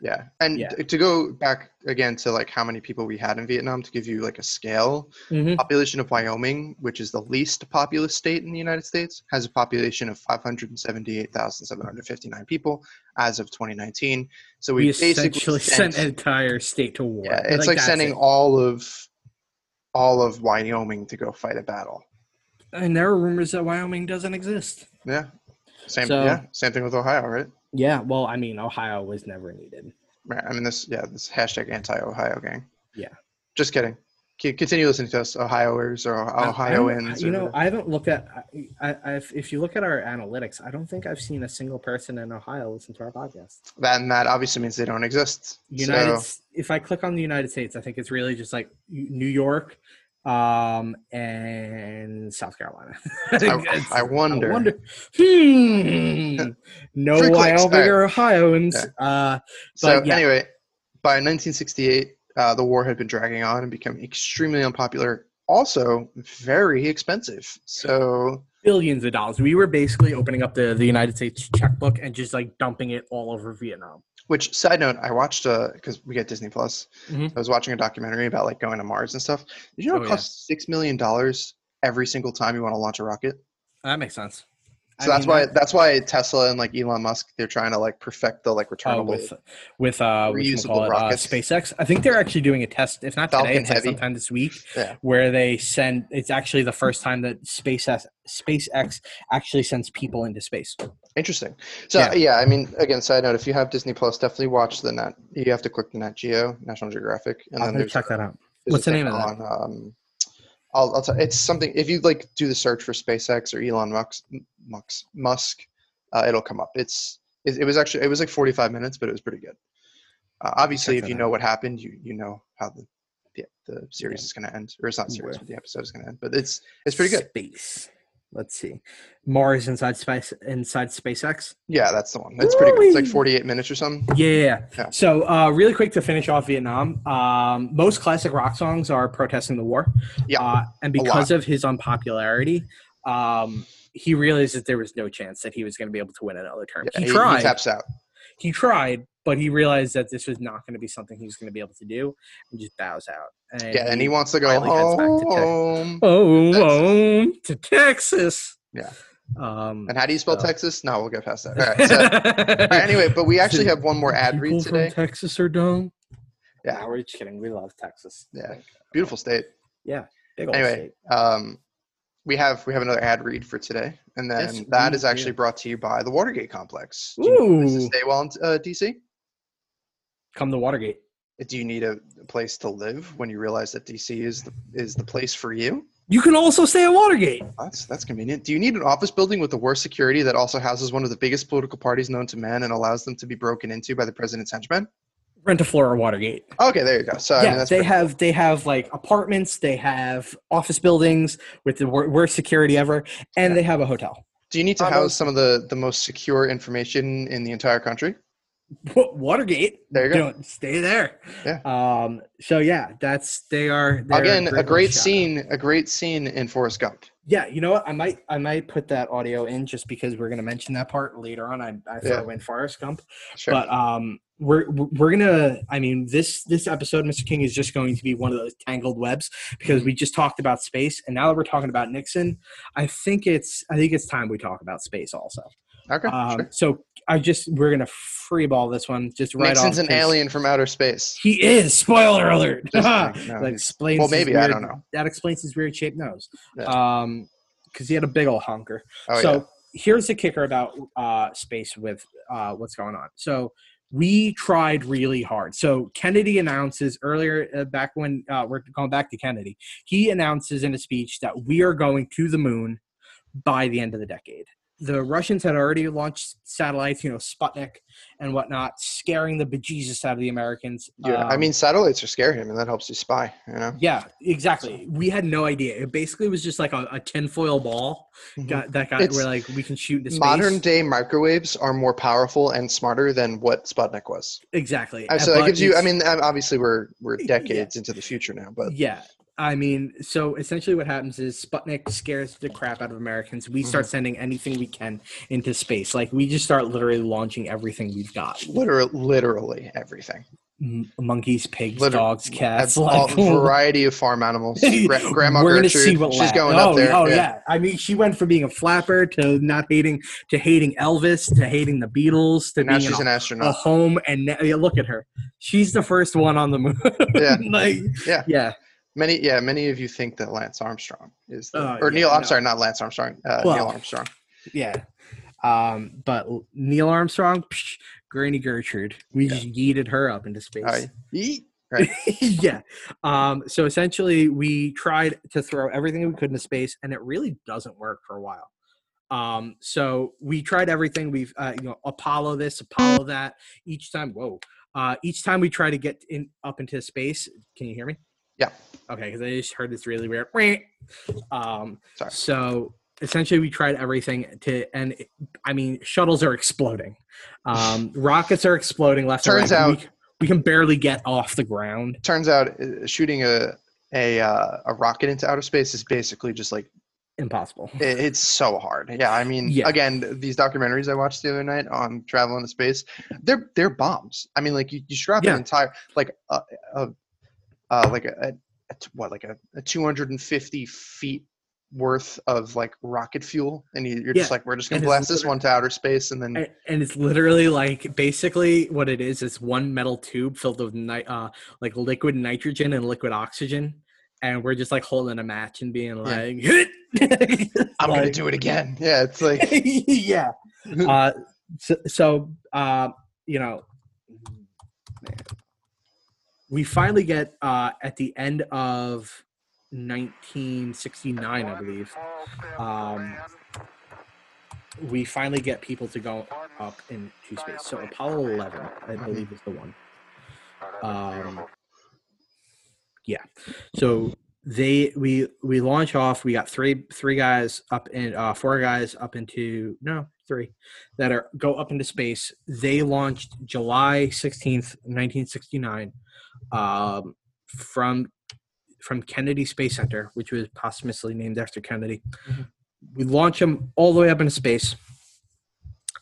Yeah. And Yeah. t- to go back again to like how many people we had in Vietnam to give you like a scale, Mhm. population of Wyoming, which is the least populous state in the United States, has a population of 578,759 people as of 2019. So we, We basically essentially sent an entire state to war. yeah, it's like, that's sending it. all of all of Wyoming to go fight a battle. and there are rumors that Wyoming doesn't exist. Yeah. Same So- yeah, same thing with Ohio, right? Yeah, well, I mean, Ohio was never needed. Right. I mean this yeah, this hashtag anti Ohio gang. Yeah. Just kidding. Keep, continue listening to us, Ohioers or I- I Ohioans. don't- You know, or, I haven't looked at. I, I, I've- if you look at our analytics, I don't think I've seen a single person in Ohio listen to our podcast. that and that obviously means they don't exist. United. so S- If I click on the United States, I think it's really just like New York, um, and South Carolina. think I, that's- I wonder. I wonder. Hmm. No Three clicks, Wyoming all right. or Ohioans. Uh, So but yeah. anyway, by 1968, uh, the war had been dragging on and become extremely unpopular. Also, very expensive. So billions of dollars. We were basically opening up the the United States checkbook and just like dumping it all over Vietnam. Which side note, I watched because we get Disney Plus. Mhm. I was watching a documentary about like going to Mars and stuff. Did you know Oh, it yeah. costs six million dollars every single time you want to launch a rocket? That makes sense. So that's why that's why Tesla and like Elon Musk they're trying to like perfect the like Oh, returnable. with with uh, with Reusable call it, uh, rockets. SpaceX. I think they're actually doing a test, if not Falcon today, it's like Heavy. sometime this week, Yeah. where they send. It's actually the first time that SpaceX SpaceX actually sends people into space. Interesting. So Yeah. yeah. I mean, again, side note, if you have Disney Plus, definitely watch the Nat. You have to click the Nat Geo, National Geographic, and I'm then gonna there's, check that out. there's What's a the thing name of on, um, I'll, I'll tell, it's something. If you like do the search for SpaceX or Elon Musk, Musk, Musk uh, it'll come up. It's it, it was actually it was like 45 minutes, but it was pretty good. Uh, obviously, check if that you out. know what happened, you you know how the the, the series Yeah. is going to end, or it's not series, Yeah. but the episode is going to end. But it's it's pretty good. Space. Let's see. Mars inside space inside SpaceX. Yeah, that's the one. It's pretty good. It's like Woo-wee. 48 minutes or something. Yeah, yeah, yeah. Yeah. So, uh, really quick to finish off Vietnam, um, most classic rock songs are protesting the war. Yeah, Uh, and a lot. because of his unpopularity, um, he realized that there was no chance that he was going to be able to win another term. Yeah, he, he- tried. he taps out. he tried, but he realized that this was not going to be something he was going to be able to do and just bows out. And Yeah, and he wants to go finally heads back to Texas. home. Oh, Texas. oh, to Texas. Yeah. Um, And how do you spell So- Texas? No, we'll get past that. All right. So, all right, anyway, but we actually have one more ad read People from today. Texas are dumb. Yeah. Nah, we're just kidding. We love Texas. Yeah. Beautiful state. Big old Anyway, state. Um, we have we have another ad read for today, and then Yes, that we is actually do. brought to you by the Watergate Complex. Do you need a place to Ooh. stay while in uh, DC? Come to Watergate. Do you need a place to live when you realize that DC is the, is the place for you? You can also stay at Watergate. That's that's convenient. Do you need an office building with the worst security that also houses one of the biggest political parties known to man and allows them to be broken into by the president's henchmen? Rent a floor at Watergate. Okay, there you go. So I mean, yeah, that's they pretty- have they have like apartments, they have office buildings with the wor- worst security ever, and Yeah. they have a hotel. Do you need to Bravo. house some of the, the most secure information in the entire country? Wa- Watergate. There you go. Don't stay there. Yeah. Um. So yeah, that's they are they're Again, a great shout-out. scene, a great scene in Forrest Gump. Yeah, you know what? I might I might put that audio in just because we're gonna mention that part later on. I I Yeah. throw in Forrest Gump. Sure. But um, we're we're gonna. I mean, this this episode, Mr. King, is just going to be one of those tangled webs because we just talked about space, and now that we're talking about Nixon, I think it's I think it's time we talk about space also. okay. Um, sure. So I just we're gonna free ball this one just right off. Nixon's an 'cause alien from outer space. He is. Spoiler alert. Just that kidding. No, he's- explains. well, his maybe I weird- don't know. That explains his weird shaped nose. Yeah. Um, because he had a big old honker Oh so yeah. here's the kicker about uh, space with uh, what's going on. So we tried really hard. So Kennedy announces earlier, uh, back when uh, we're going back to Kennedy, he announces in a speech that we are going to the moon by the end of the decade. the Russians had already launched satellites, you know, Sputnik and whatnot, scaring the bejesus out of the Americans. Yeah, I Um, mean satellites are scary. I mean that helps you spy. You know. yeah, exactly. We had no idea. It basically was just like a, a tinfoil ball Mhm. got, that got It's where like we can shoot into space. Modern day microwaves are more powerful and smarter than what Sputnik was. exactly. Uh, So But that gives you. I it's- mean, um, obviously we're we're Yeah. decades into the future now, but yeah. I mean, so essentially what happens is Sputnik scares the crap out of Americans. We Mm-hmm. start sending anything we can into space. Like we just start literally launching everything we've got. literally, literally everything. M- monkeys, pigs, Liter- dogs, cats, A- like a variety of farm animals. Gra- Grandma We're gonna Gertrude, see what she's lasts. going oh, up there. Oh yeah. I mean, she went from being a flapper to not hating to hating Elvis to hating the Beatles to Now being she's in an a, a astronaut. home, and now, yeah, look at her. She's the first one on the moon. Yeah. like, Yeah. yeah. Many, yeah, many of you think that Lance Armstrong is, the, Uh, or yeah, Neil. I'm no. sorry, not Lance Armstrong. Uh, Neil Well, Armstrong. Yeah. Um, but Neil Armstrong, psh, Granny Gertrude, we just yeeted her up into space. Uh, yeet. yeah. Um, so essentially, we tried to throw everything we could into space, and it really doesn't work for a while. Um, so we tried everything. We've uh, you know Apollo this, Apollo that. Each time, whoa. Uh, each time we try to get in up into space, can you hear me? Yeah. Okay, because I just heard this really weird. Um, Sorry. So essentially, we tried everything to, and it- I mean, shuttles are exploding, um, rockets are exploding left. and Turns right. out- we, c- we can barely get off the ground. Turns out, uh, shooting a a uh, a rocket into outer space is basically just like impossible. it, it's so hard. Yeah, I mean, Yeah. again, th- these documentaries I watched the other night on travel into space, they're they're bombs. I mean, like you, you strap Yeah. an entire like a, a uh, like a, a, a t- what like a, a 250 feet worth of like rocket fuel, and you, you're just Yeah. like, we're just gonna And it's blast this literally- one to outer space, and then And, and it's literally like basically what it is. It's one metal tube filled with ni- uh, like liquid nitrogen and liquid oxygen, and we're just like holding a match and being like, I'm gonna like- do it again. Yeah, it's like yeah. Uh, so, so uh, you know, we finally get uh, at the end of 1969, I believe. Um, we finally get people to go up into space. So Apollo 11, I believe, is the one. Um, yeah. So they we we launch off. We got three three guys up in uh, four guys up into no three that are go up into space. They launched July 16th, 1969, um, from from Kennedy Space Center, which was posthumously named after Kennedy. Mhm. We launch them all the way up into space,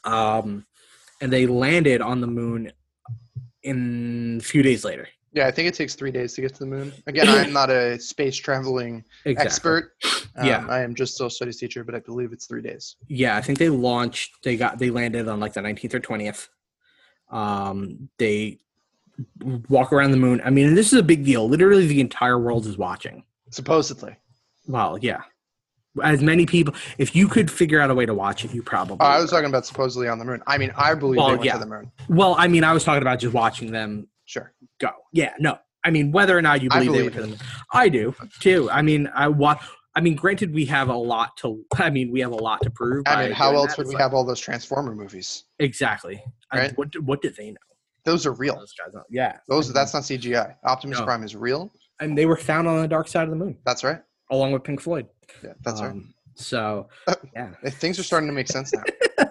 um, and they landed on the moon in a few days later. yeah, I think it takes three days to get to the moon. Again, I'm not a space traveling Exactly. expert. Um, Yeah. I am just still a studies teacher, but I believe it's three days. Yeah, I think they launched. They got they landed on like the 19th or 20th. Um, they walk around the moon. I mean, and this is a big deal. Literally, the entire world is watching. Supposedly. Well, yeah, as many people. If you could figure out a way to watch it, you probably. Oh, I was talking about supposedly on the moon. I mean, I believe Well, they went yeah. to the moon. well, I mean, I was talking about just watching them Sure. go. Yeah, no. I mean, whether or not you I believe, believe they went to the moon. I do too. I mean, I watch. I mean, granted, we have a lot to. I mean, we have a lot to prove. I by mean, how doing else that. would It's we like- have all those Transformer movies? Exactly. I- Right? what do- What did they know? Those are real. Those guys. Are, yeah. Those that's not CGI. Optimus No. Prime is real. and they were found on the dark side of the moon That's right. along with Pink Floyd. Yeah, that's right. Um, So yeah, Uh, Things are starting to make sense now.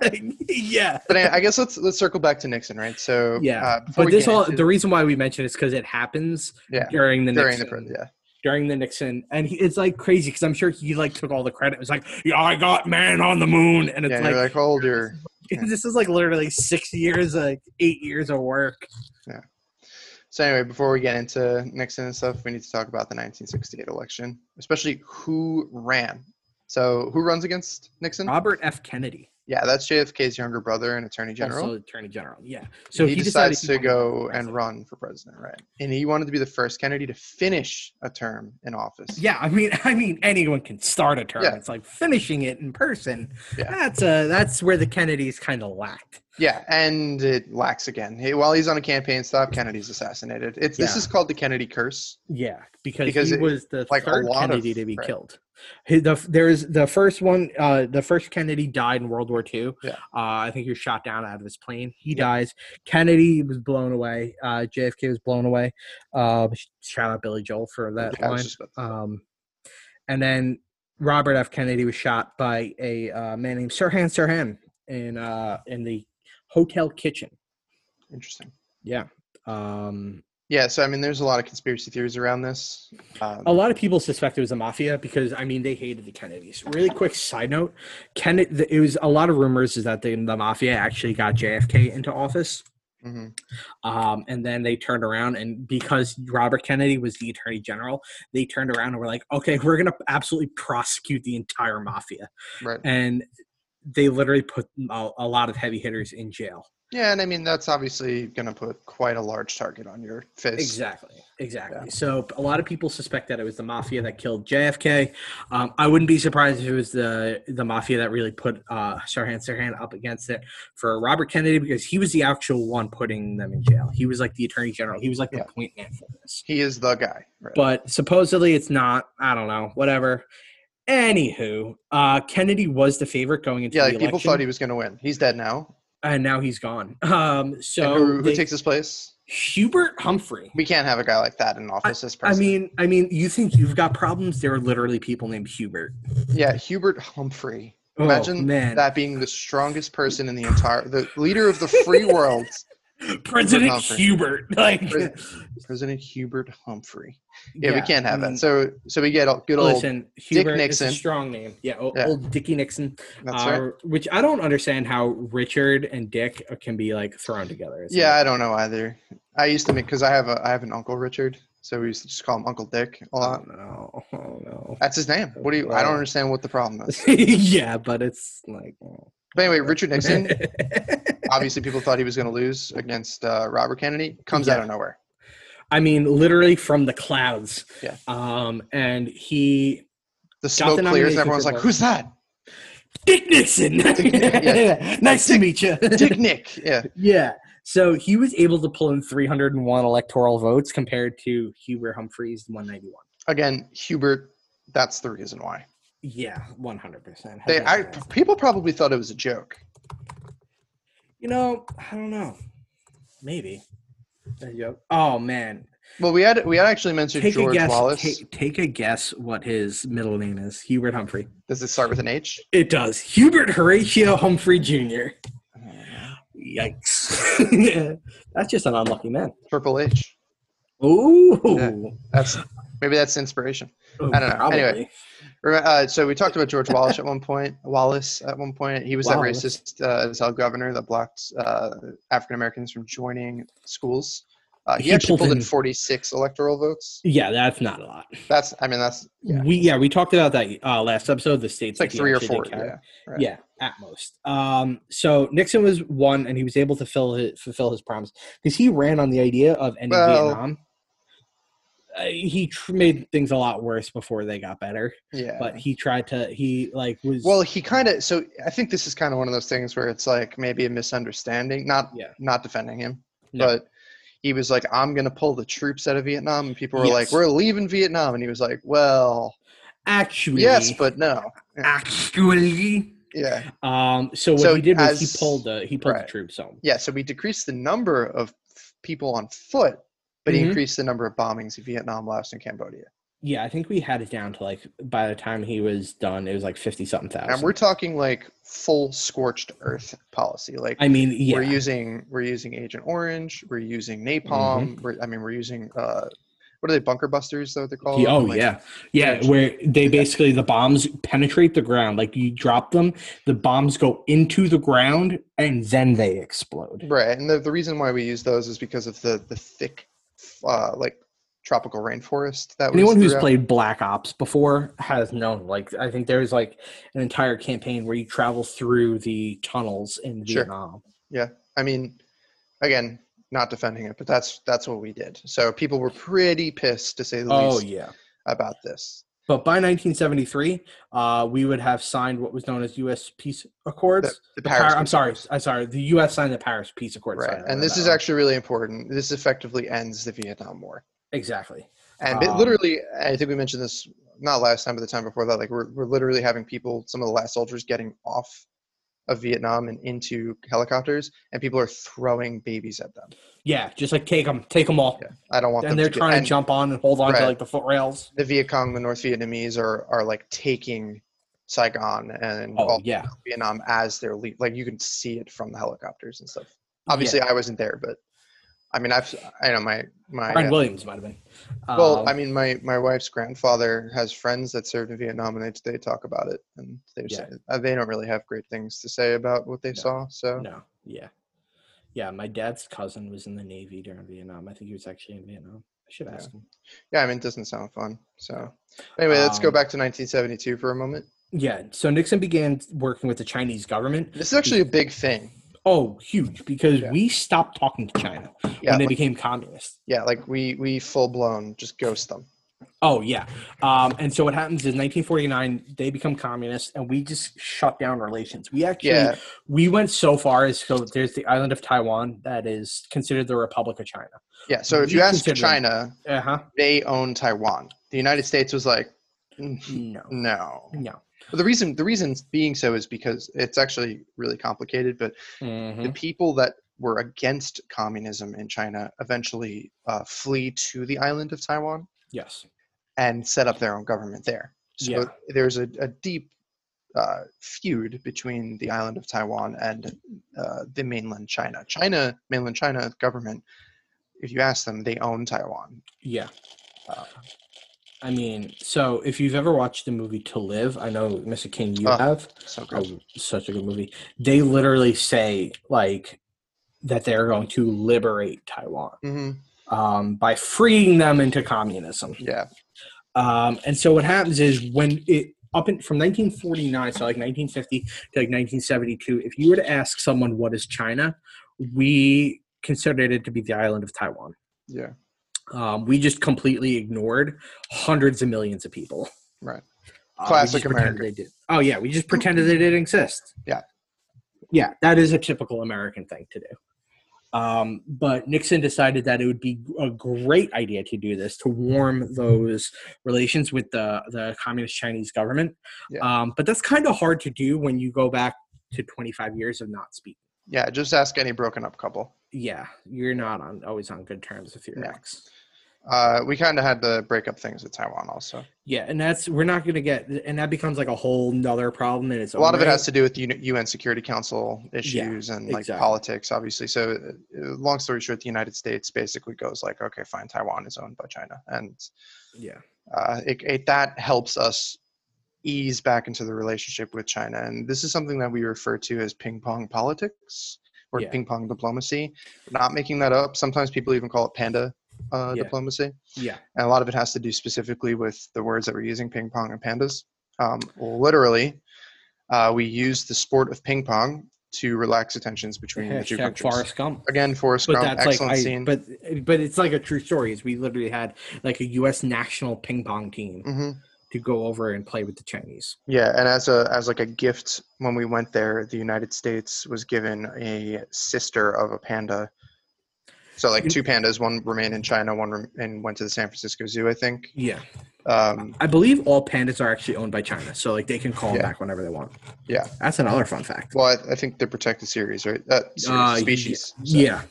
yeah. but I, I guess let's let's circle back to Nixon, right? So Yeah. uh, before But we this get all into- the reason why we mention it is because it happens yeah during the during the Nixon, pre- yeah during the Nixon, and he, it's like crazy because I'm sure he like took all the credit. It was like, yeah, I got man on the moon, and it's yeah and like, you're like how old you're yeah. this is like literally six years, like eight years of work. so anyway before we get into Nixon and stuff we need to talk about the 1968 election especially who ran so who runs against Nixon Robert F. Kennedy, yeah that's JFK's younger brother and Attorney General also Attorney General. Yeah. So he, he, decides decided to he wanted go be and run for president, right? And he wanted to be the first Kennedy to finish a term in office. Yeah, I mean, I mean, anyone can start a term. Yeah. It's like finishing it in person. Yeah. That's uh that's where the Kennedys kind of lacked. Yeah, and it lacks again. He, while he's on a campaign stop, Kennedy's assassinated. It's this Yeah. is called the Kennedy curse. Yeah, because, Because he it- was the like, a third lot of- Kennedy to be right. killed. He- The, there is the first one. Uh, the first Kennedy died in World War II. Yeah. Uh, I think he was shot down out of his plane. He Yeah. dies. Kennedy was blown away. Uh, JFK was blown away. Uh, sh- shout out Billy Joel for that I was line. just about to- Um, and then Robert F. Kennedy was shot by a uh, man named Sirhan Sirhan in uh, in the hotel kitchen. interesting. Yeah. Um, Yeah, so I mean, there's a lot of conspiracy theories around this. Um, a lot of people suspect it was the mafia because I mean they hated the Kennedys. Really quick side note: Kennedy. th- It was a lot of rumors is that the, the mafia actually got JFK into office, mhm. um, and then they turned around and because Robert Kennedy was the Attorney General, they turned around and were like, "Okay, we're gonna absolutely prosecute the entire mafia," Right. and they literally put a, a lot of heavy hitters in jail. Yeah, and I mean, that's obviously going to put quite a large target on your face. Exactly. Exactly. So a lot of people suspect that it was the mafia that killed JFK. Um, I wouldn't be surprised if it was the the mafia that really put uh, Sirhan Sirhan up against it for Robert Kennedy because he was the actual one putting them in jail. He was like the attorney general. He was like the Yeah. point man for this. He is the guy. Right? But supposedly it's not. I don't know. Whatever. Anywho, uh, Kennedy was the favorite going into yeah, the like people election, thought he was going to win. He's dead now. and now he's gone. Um, so and who, who they- takes his place? Hubert Humphrey. We can't have a guy like that in office as I president. mean, I mean, you think you've got problems? There are literally people named Hubert. yeah, Hubert Humphrey. Oh, Imagine man. that being the strongest person in the entire, the leader of the free world, President Humphrey. Hubert. Like, President- President Hubert Humphrey. Yeah, yeah, we can't have I mean, that. So, so we get good old. Listen, Hubert Nixon. is a strong name. Yeah, o- Yeah. old Dickie Nixon. that's uh, right. Which I don't understand how Richard and Dick can be like thrown together. It's Yeah, I don't know either. I used to make because I have a I have an uncle Richard, so we used to just call him Uncle Dick a Like, lot. oh no, oh no. That's his name. What do you? I don't understand what the problem is. yeah, but it's like. oh. But anyway, Richard Nixon. Obviously, people thought he was going to lose against uh, Robert Kennedy. Comes out Yeah. of nowhere. I mean, literally from the clouds. Yeah. Um, and he The smoke clears, nomination and everyone's for like, both. "Who's that? Dick Nixon. yeah. nice to meet you. Dick Nick." Yeah, yeah. So he was able to pull in 301 electoral votes compared to Hubert Humphreys 191. again, Hubert. That's the reason why Yeah, 100%. they. I, Hubert Humphreys. people probably thought it was a joke. you know, I don't know. Maybe. There you go. Oh man. Well, we had we had actually mentioned Take a George guess. Wallace. Take, take a guess what his middle name is. Hubert Humphrey. Does it start with an H? It does. Hubert Horatio Humphrey Jr. I don't know. Yikes. That's just an unlucky man. Triple H. Ooh. That's maybe that's inspiration. I don't know. Anyway, Remem- Uh, so we talked about George Wallace at one point. Wallace at one point, he was Wallace. that racist uh, as hell governor that blocked uh, African Americans from joining schools. Uh, he, He actually pulled pulled in in- 46 electoral votes. Yeah, that's not a lot. That's, I mean, that's yeah, We yeah we talked about that uh, last episode. The it's states like that he three or actually four. did carry. Yeah, right. Yeah, at most. Um, so Nixon was one, and he was able to fill his, fulfill his promise because he ran on the idea of ending Well- Vietnam. Uh, he tr- made things a lot worse before they got better, yeah. but he tried to. He like was well, he kind of. So I think this is kind of one of those things where it's like maybe a misunderstanding. Not Yeah. not defending him, No. but he was like, "I'm going to pull the troops out of Vietnam," and people were like, Yes. "We're leaving Vietnam," and he was like, "Well, actually yes, but no." actually. Yeah. Um, so what So he did was as- he pulled the he pulled right. the troops home. Yeah, so we decreased the number of f- people on foot, but Mhm. increased the number of bombings in Vietnam, Laos, and Cambodia. Yeah, I think we had it down to like by the time he was done, it was like fifty something And thousand. we're talking like full scorched earth policy. Like I mean, yeah, we're using we're using Agent Orange, we're using napalm. Mm-hmm. We're, I mean, we're using uh, what are they? Bunker busters, though they're called. Yeah, oh Like, yeah, yeah. Huge. Where they basically the bombs penetrate the ground. Like you drop them, the bombs go into the ground and then they explode. Right, and the, the reason why we use those is because of the the thick, uh, like tropical rainforest that was Anyone who's throughout- played Black Ops before has known. Like I think there's like an entire campaign where you travel through the tunnels in Sure. Vietnam. I mean, again, not defending it, but that's that's what we did. So people were pretty pissed to say the Oh least yeah. about this. But by 1973, uh, we would have signed what was known as U.S. Peace Accords. The, the The Paris Par- I'm Conference, sorry. I'm sorry. The U.S. signed the Paris Peace Accord. right? And this is actually really important. This effectively ends the Vietnam War, exactly. and it Um, literally, I think we mentioned this not last time, but the time before that, like we're we're literally having people, some of the last soldiers getting off of Vietnam and into helicopters, and people are throwing babies at them. Yeah, just like take them, take them all, Yeah, I don't want them. and they're to get- trying and to jump on and hold on to Right. like the foot rails. The Viet Cong, the North Vietnamese, are are like taking Saigon and Oh all yeah, Vietnam as their lead. Like you can see it from the helicopters and stuff. Obviously, I wasn't there, but I mean, I've I know my my Brian uh, Williams might have been. well, Um, I mean, my my wife's grandfather has friends that served in Vietnam, and they they talk about it, and they Yeah. say, uh, they don't really have great things to say about what they No, saw. So No, yeah, yeah. My dad's cousin was in the Navy during Vietnam. I think he was actually in Vietnam. I should Yeah. ask him. yeah, I mean, it doesn't sound fun. So anyway, let's go Um, back to 1972 for a moment. Yeah. So Nixon began working with the Chinese government. This is actually a big thing. Oh, huge! Because Yeah. we stopped talking to China Yeah, when they like, became communist. yeah, like we we full blown just ghost them. Oh yeah. Um, and so what happens is 1949 they become communist, and we just shut down relations. We actually Yeah, we went so far as so there's the island of Taiwan that is considered the Republic of China. yeah. So if we you ask consider them- China, Uh huh. they own Taiwan. The United States was like, "Mm, No. no. No. But the reason the reason being so is because it's actually really complicated, but Mhm. the people that were against communism in China eventually uh, flee to the island of Taiwan Yes. and set up their own government there. So Yeah. there's a, a deep uh, feud between the island of Taiwan and uh, the mainland China. China, mainland China government, if you ask them, they own Taiwan. Yeah. Uh, I mean, so if you've ever watched the movie To Live, I know Mr. King, you Oh, have. So good. Oh, such a good movie. They literally say like that they're going to liberate Taiwan hmm um, by freeing them into communism. Yeah. Um, and so what happens is when it up in, from 1949, so like 1950 to like 1972, if you were to ask someone what is China, we considered it to be the island of Taiwan. Yeah. Um, we just completely ignored hundreds of millions of people. Right. Uh, we Classic just pretended America. They did. Oh yeah, we just pretended they didn't exist. Yeah. Yeah, that is a typical American thing to do. Um, but Nixon decided that it would be a great idea to do this to warm those relations with the the communist Chinese government. Yeah. Um, but that's kind of hard to do when you go back to 25 years of not speaking. Yeah. Just ask any broken up couple. Yeah, you're not on always on good terms with your No. ex. Uh, we kind of had the breakup things with Taiwan also. Yeah, and that's we're not going to get, and that becomes like a whole nother problem. And it's a lot of it has to do with UN UN Security Council issues and like exactly. politics, obviously. So, uh, uh, long story short, the United States basically goes like, okay, fine, Taiwan is owned by China, and Yeah, uh, it, it, that helps us ease back into the relationship with China. And this is something that we refer to as ping pong politics or Yeah. ping pong diplomacy. We're not making that up. Sometimes people even call it panda uh, Yeah. diplomacy, yeah, and a lot of it has to do specifically with the words that we're using, ping pong and pandas um, literally, uh, we use the sport of ping pong to relax the tensions between the two hashtag countries. Forrest Gump. Again, Forrest But Gump, that's like, excellent I, scene. but but it's like a true story. Is we literally had like a U.S. national ping pong team hmm to go over and play with the Chinese. Yeah, and as a as like a gift, when we went there, the United States was given a sister of a panda. So like You- two pandas, one remained in China, one rem- and went to the San Francisco Zoo, I think. Yeah, Um, I believe all pandas are actually owned by China, so like they can call Yeah. them back whenever they want. Yeah. that's another fun fact. well, I, I think they're protected series, right? Uh, series, Uh, species. so, yeah,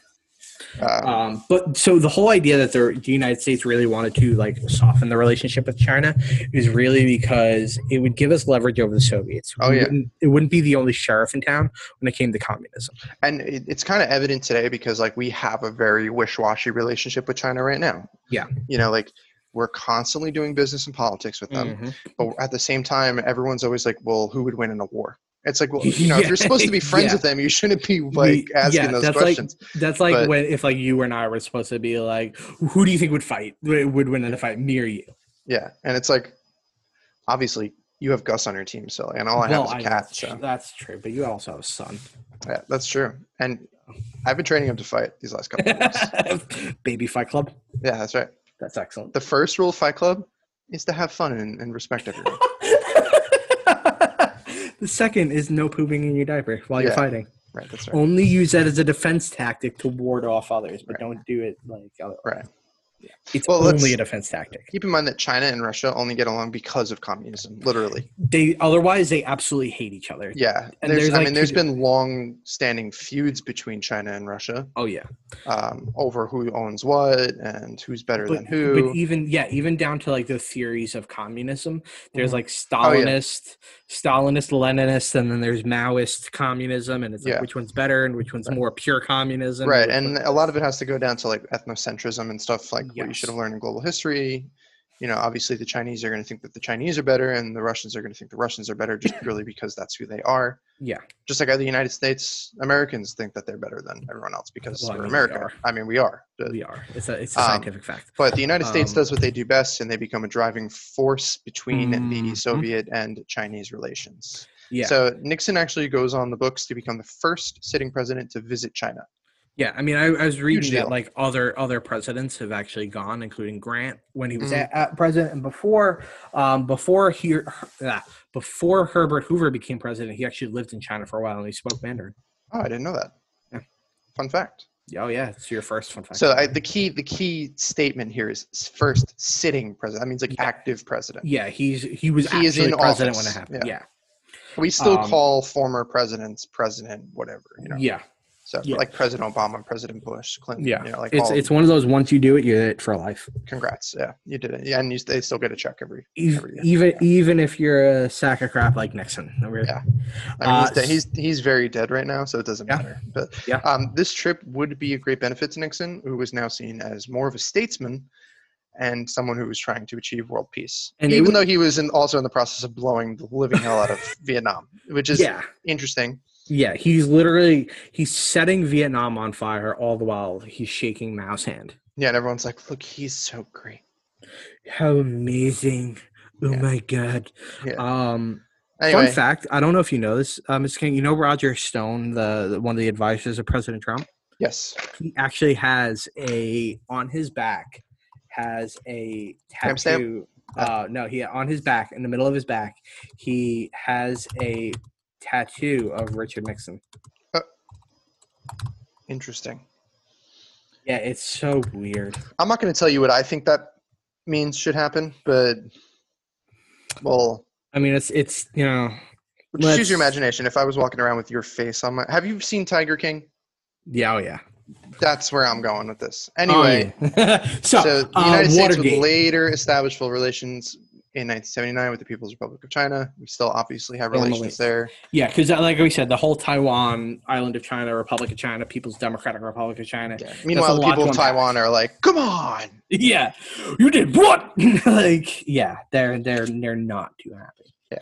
uh, um, but so the whole idea that the, the United States really wanted to like soften the relationship with China is really because it would give us leverage over the Soviets. Oh, We yeah. wouldn't, it wouldn't be the only sheriff in town when it came to communism. and it, it's kind of evident today because like we have a very wishy-washy relationship with china right now Yeah. you know like we're constantly doing business and politics with them Mhm. but at the same time everyone's always like well who would win in a war it's like well you know if you're supposed to be friends Yeah. with them you shouldn't be like We- asking yeah, those that's questions Like, that's like But- when if like you and I were supposed to be like, who do you think would fight? w- Would win in a fight? Me or you? yeah and it's like obviously you have gus on your team so and all i have is a cat that's, so that's true, but you also have a son. yeah that's true and i've been training him to fight these last couple of weeks Baby Fight Club. yeah that's right That's excellent. the first rule of fight club is to have fun and, and respect everyone the second is no pooping in your diaper while you're Yeah. fighting. right that's right Only use that as a defense tactic to ward off others, but Right. don't do it like otherwise. Right. It's Well, let's- only a defense tactic. Keep in mind that China and Russia only get along because of communism, literally. They otherwise they absolutely hate each other. Yeah, And there's, there's, I like, mean, two there's different- been long-standing feuds between China and Russia Oh yeah. um, over who owns what and who's better than But, who. but even yeah, even down to like the theories of communism. There's Mhm. like yeah. Stalinist, Stalinist, Leninist, and then there's Maoist communism, and it's like Yeah. which one's better and which one's Right. more pure communism. right, and a lot of it has to go down to like ethnocentrism and stuff like what you should Yes. have learned in global history. You know, obviously the Chinese are going to think that the Chinese are better, and the Russians are going to think the Russians are better just purely because that's who they are. yeah, Just like the United States, Americans think that they're better than everyone else because Well, I we're mean, we America. are. I mean, we are. but- we are. It's a it's a Um, scientific fact. But the United States Um, does what they do best, and they become a driving force between the Mhm. Soviet and Chinese relations. Yeah, So Nixon actually goes on the books to become the first sitting president to visit China. yeah. I mean, I, I was reading deal. that like other other presidents have actually gone, including Grant when he was Mhm. at, at president, and before um, before he uh, before Herbert Hoover became president, he actually lived in China for a while and he spoke Mandarin. Oh, I didn't know that. Yeah. Fun fact. Oh yeah, it's your first fun fact. So I, the key the key statement here is s- first sitting president. That means like Yeah. active president. Yeah, he's he was He actually is in president office. when it happened. Yeah, We still Um, call former presidents president, whatever you yeah, know. yeah. So yeah. like President Obama, President Bush, Clinton. You know, like it's all, it's one of those once you do it, you're it for life. congrats. Yeah, you did it. Yeah, and you, they still get a check every. Even Every year, even, yeah. even if you're a sack of crap like Nixon, We're- Yeah. I mean, he's, Uh, de- he's he's very dead right now, so it doesn't Yeah. matter. But Yeah. um, this trip would be a great benefit to Nixon, who was now seen as more of a statesman and someone who was trying to achieve world peace. And it even would- though he was in, also in the process of blowing the living hell out of Vietnam, which is yeah, interesting. yeah. He's literally he's setting Vietnam on fire, all the while he's shaking Mao's hand. Yeah, and everyone's like, "Look, he's so great." How amazing! Oh Yeah. my god. Yeah. Um. Anyway, Fun fact: I don't know if you know this, uh, Ms. King. You know Roger Stone, the, the one of the advisors of President Trump. yes, he actually has a on his back has a Timestamp? tattoo. Uh, no, he on his back in the middle of his back, he has a tattoo of Richard Nixon. interesting. Yeah, it's so weird. I'm not going to tell you what I think that means should happen, but well, I mean, it's it's you know just use your Let's- imagination. If I was walking around with your face on my, have you seen Tiger King? yeah oh yeah. That's where I'm going with this. Oh, Anyway, yeah. so, so the uh, United States would Watergate. later establish full relations in 1979 with the People's Republic of China. We still obviously have Formally. relations there. yeah, because like we said, the whole Taiwan, Island of China, Republic of China, People's Democratic Republic of China. Yeah. Meanwhile, a the lot people of going back. Taiwan are like, "Come on!" Yeah, you did what? like yeah, they're they're they're not too happy. Yeah.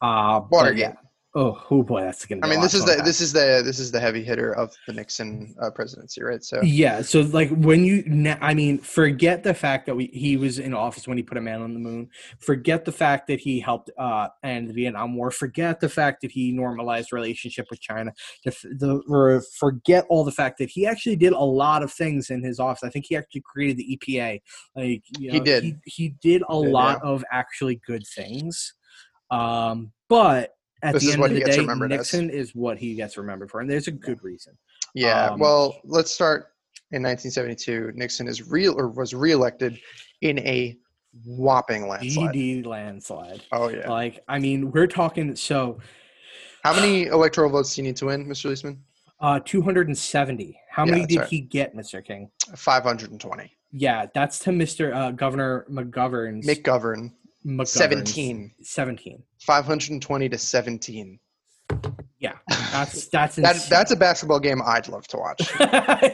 Uh, but Watergate. yeah. Oh, oh boy, that's gonna. Be I a mean, lot this is going the back. this is the this is the heavy hitter of the Nixon uh, presidency, right? So Yeah, so like when you, na- I mean, forget the fact that we, he was in office when he put a man on the moon. Forget the fact that he helped uh, end the Vietnam War. Forget the fact that he normalized relationship with China. The, f- the or forget all the fact that he actually did a lot of things in his office. I think he actually created the EPA. Like you He know, did. He, he did a did, lot of actually good things. Um, but at This the is end what of he the gets day, remembered as. Nixon is what he gets remembered for, and there's a good reason. yeah, um, well, let's start in 1972. Nixon is real or was reelected in a whopping landslide. GD landslide. Oh yeah. Like, I mean, we're talking so How many electoral votes do you need to win, Mr. Leisman? uh 270. How Yeah, many that's did right. he get, Mr. King? 520. Yeah, that's to Mr. Uh, Governor McGovern's McGovern. McGovern's- 17 17. 520 to 17 Yeah. That's that's that, insane. that's a basketball game i'd love to watch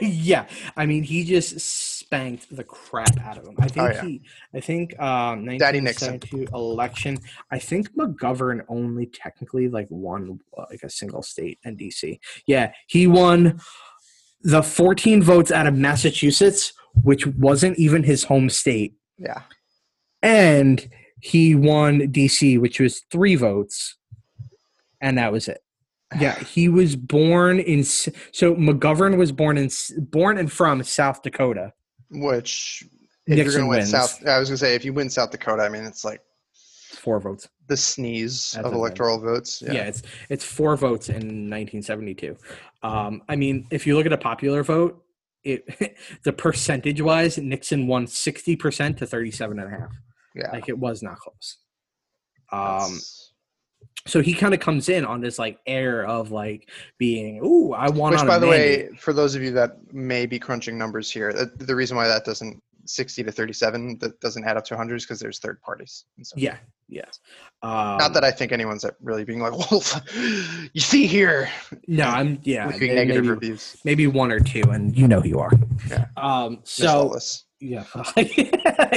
yeah. I mean, he just spanked the crap out of him. I think Oh, yeah. he I think um Daddy Nixon. 1972 election, I think McGovern only technically like won uh, like a single state in DC. Yeah, he won the 14 votes out of Massachusetts, which wasn't even his home state, yeah and he won DC, which was 3 votes, and that was it. Yeah, he was born in S- so McGovern was born in S- born and from South Dakota. which if you're Nixon gonna win wins. south i was gonna say if you win south dakota i mean it's like 4 votes. the sneeze That's of a win. electoral votes Yeah. yeah, it's it's four votes in 1972. Um, I mean, if you look at a popular vote, it the percentage wise, Nixon won sixty percent to thirty seven and a half. Yeah. Like it was not close. Um, that's- so he kind of comes in on this like air of like being, ooh, I want. which, on a by the mandate." way, for those of you that may be crunching numbers here, that, the reason why that doesn't 60 to 37 that doesn't add up to 100 is because there's third parties. And so, yeah, yeah. Um, Not that I think anyone's really being like, well, you see here, Um, No, I'm. Yeah, leaving may- negative maybe, reviews. maybe one or two, and you know who you are. Yeah. Um. Miss So. Lawless. Yeah.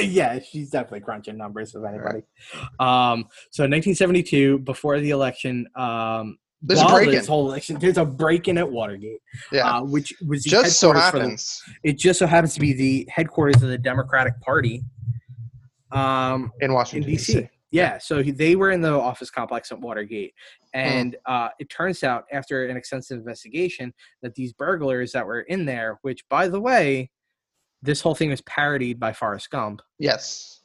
yeah, she's definitely crunching numbers of anybody. Um, so 1972, before the election, um, There's a while break-in. This whole election, there's a break-in at Watergate, yeah, uh, which was the just so headquarters for the- happens it just so happens to be the headquarters of the Democratic Party um, in in Washington D.C. Yeah, so he- they were in the office complex at Watergate, Hmm. and uh, it turns out after an extensive investigation that these burglars that were in there, which by the way, this whole thing was parodied by Forrest Gump. Yes,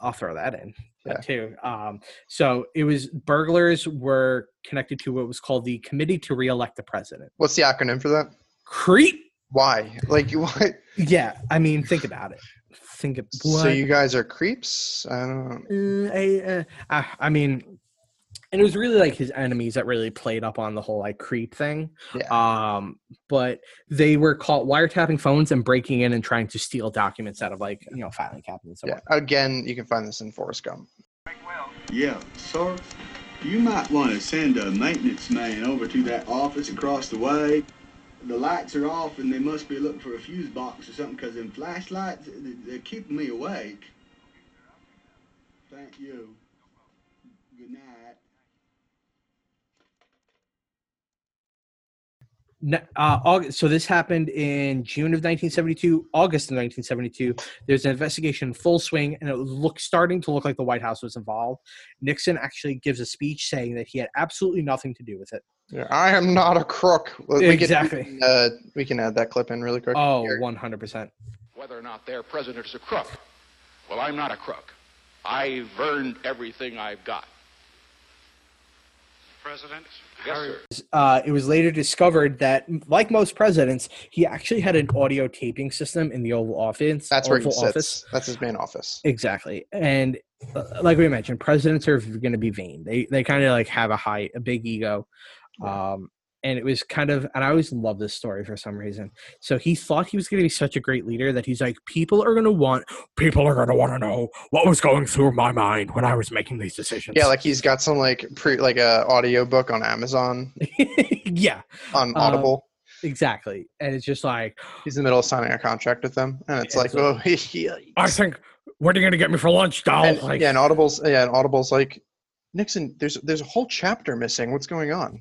I'll throw that in uh, Yeah. too. Um, so it was burglars were connected to what was called the Committee to Re-elect the President. what's the acronym for that? Creep. Why? Like, you- what? Yeah, I mean, think about it. Think of what. So you guys are creeps? I don't. Uh, I, uh, I- I mean, and it was really like his enemies that really played up on the whole like creep thing. Yeah. Um, but they were caught wiretapping phones and breaking in and trying to steal documents out of like you know filing cabinets. and Yeah. Again, you can find this in Forrest Gump. Yeah, sir. You might want to send a maintenance man over to that office across the way. The lights are off and they must be looking for a fuse box or something because them flashlights, th- they're keeping me awake. Thank you. Good night. Ne- uh, August, so this happened in June of 1972, August of 1972. There's an investigation in full swing, and it looks starting to look like the White House was involved. Nixon actually gives a speech saying that he had absolutely nothing to do with it. Yeah, I am not a crook. Well, we can- Exactly. We can, uh, we can add that clip in really quick. Oh, here. 100 percent. whether or not their president is a crook. Well, I'm not a crook. I've earned everything I've got. President, Yes, sir. Uh, it was later discovered that, like most presidents, he actually had an audio taping system in the Oval Office. That's where he Oval sits. That's his main office. Exactly, and uh, like we mentioned, presidents are going to be vain. They they kind of like have a high, a big ego, um, and it was kind of. And I always love this story for some reason. So he thought he was going to be such a great leader that he's like, people are going to want, people are going to want to know what was going through my mind when I was making these decisions. Yeah, like he's got some like pre like a audio book on Amazon yeah, on Uh, Audible. exactly. And it's just like, He's in the middle of signing a contract with them, and it's Um, Yeah, like, so- oh, yeah. I think, what are you going to get me for lunch, doll? And, like, yeah, and Audible's yeah, and Audible's like, Nixon, there's there's a whole chapter missing. What's going on?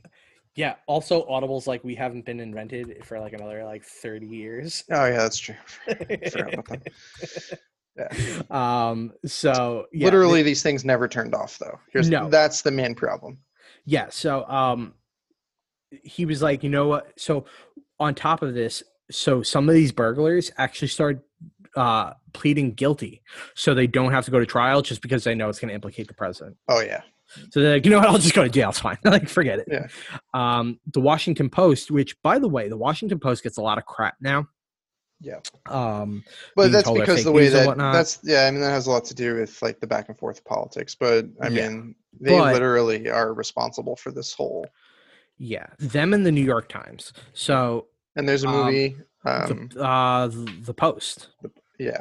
Yeah. Also, Audible's like we haven't been invented for like another like thirty years. Oh yeah, that's true. forgot about that. um. So yeah, Literally, these things never turned off though. Here's No. that's the main problem. th- yeah. So um, he was like, you know what? So on top of this, so some of these burglars actually start uh pleading guilty, so they don't have to go to trial just because they know it's going to implicate the president. Oh yeah, So they're like, you know what? I'll just go to jail. It's fine. like, forget it. Yeah. Um, the Washington Post, which by the way, the Washington Post gets a lot of crap now. Yeah. Um. but being that's told they're because fake the way news and that whatnot. that's yeah, I mean that has a lot to do with like the back and forth politics. But I Yeah. mean, they But- literally are responsible for this whole. Yeah, them and the New York Times. So And there's a Um, movie. Um, the, uh, the Post. yeah,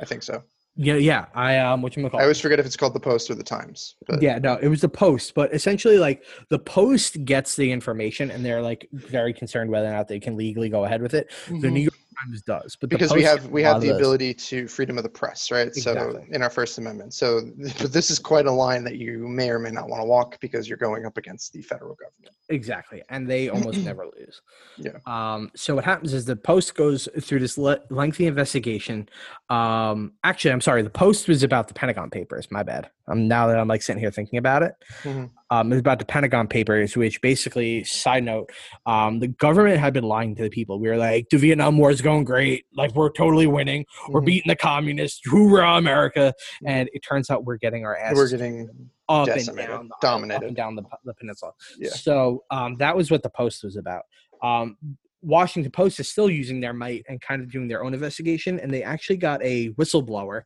I think so. Yeah, yeah. I um, what you I always forget if it's called the Post or the Times. But Yeah, no, it was the Post, but essentially, like the Post gets the information, and they're like very concerned whether or not they can legally go ahead with it. The New York Times does, but Mm-hmm. the because we Post have gets we a lot have of the those. ability to freedom of the press, right? So Exactly. in our First Amendment. So but this is quite a line that you may or may not want to walk because you're going up against the federal government. Exactly, and they almost never lose. Yeah. Um. So what happens is the Post goes through this le- lengthy investigation. Um. Actually, I'm sorry. The Post was about the Pentagon Papers. My bad. Um. Now that I'm like sitting here thinking about it, Mhm. um, it was about the Pentagon Papers, which basically, side note, um, the government had been lying to the people. We were like, the Vietnam War is going great. Like we're totally winning. We're Mhm. beating the communists. Hoorah, America! And it turns out we're getting our Mm-hmm. We're asses getting up decimated, and down, the- up dominated. and down the, the peninsula. Yeah. So um, that was what the post was about. Um, Washington Post is still using their might and kind of doing their own investigation, and they actually got a whistleblower,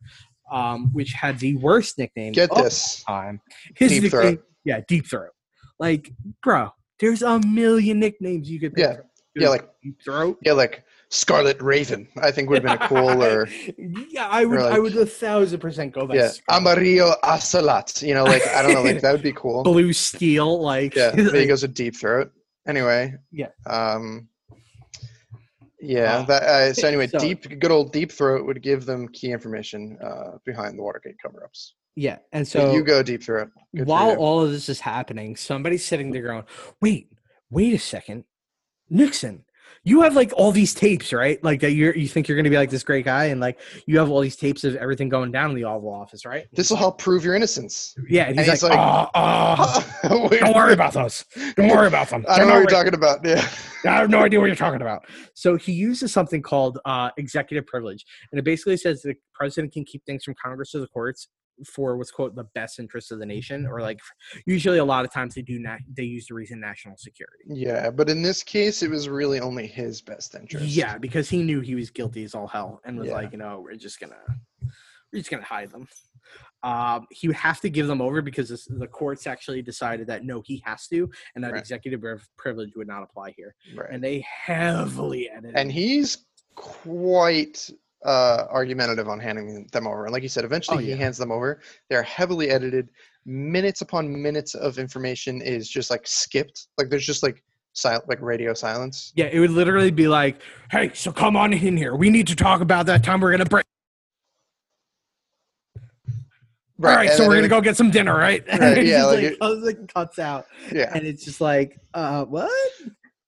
um, which had the worst nickname. Get of all this. time. His Deep nickname, Throat. yeah, deep throat. Like, bro, there's a million nicknames you could. pick Yeah. from. Yeah, like deep throat. yeah, like Scarlet Raven. I think would have been a cooler. yeah, I would. or like- I would a thousand percent go that. yeah, scarlet. Amarillo Ocelot. You know, like I don't know, like that would be cool. blue steel. Like, Yeah, there he like, goes with deep throat. Anyway. Yeah. Um. Yeah. Uh, that, uh, so anyway, so- deep, good old deep throat would give them key information uh, behind the Watergate cover-ups. yeah. And so So you go deep throat. Good for while you. all of this is happening, somebody's sitting there going, "Wait, wait a second, Nixon, you have like all these tapes, right? Like that you are you think you're going to be like this great guy, and like you have all these tapes of everything going down in the Oval Office, right? this will help prove your innocence. Yeah, and he's, And he's like, like, "Oh, oh, Wait, don't worry about those. Don't worry about them. I They're don't know what not you're real." talking about. Yeah. I have no idea what you're talking about. So he uses something called uh, executive privilege, and it basically says the president can keep things from Congress to the courts for what's quote the best interest of the nation, or like usually a lot of times they do not they use the reason national security. Yeah, but in this case, it was really only his best interest. Yeah, because he knew he was guilty as all hell, and was Yeah. like, you know, we're just gonna we're just gonna hide them. Um, he would have to give them over because this, the courts actually decided that no, he has to, and that Right. executive priv- privilege would not apply here. Right. And they heavily edited. and he's quite uh, argumentative on handing them over. And like you said, eventually Oh, yeah. he hands them over. They're heavily edited. Minutes upon minutes of information is just like skipped. Like there's just like silent, like radio silence. Yeah, it would literally be like, "Hey, so come on in here. We need to talk about that time we're gonna break. All right, and so then we're they're gonna go get some dinner, right?" And Right, it yeah, just, like like, it- cuts- like, cuts out, like- Yeah, and it's just like, "Uh, what?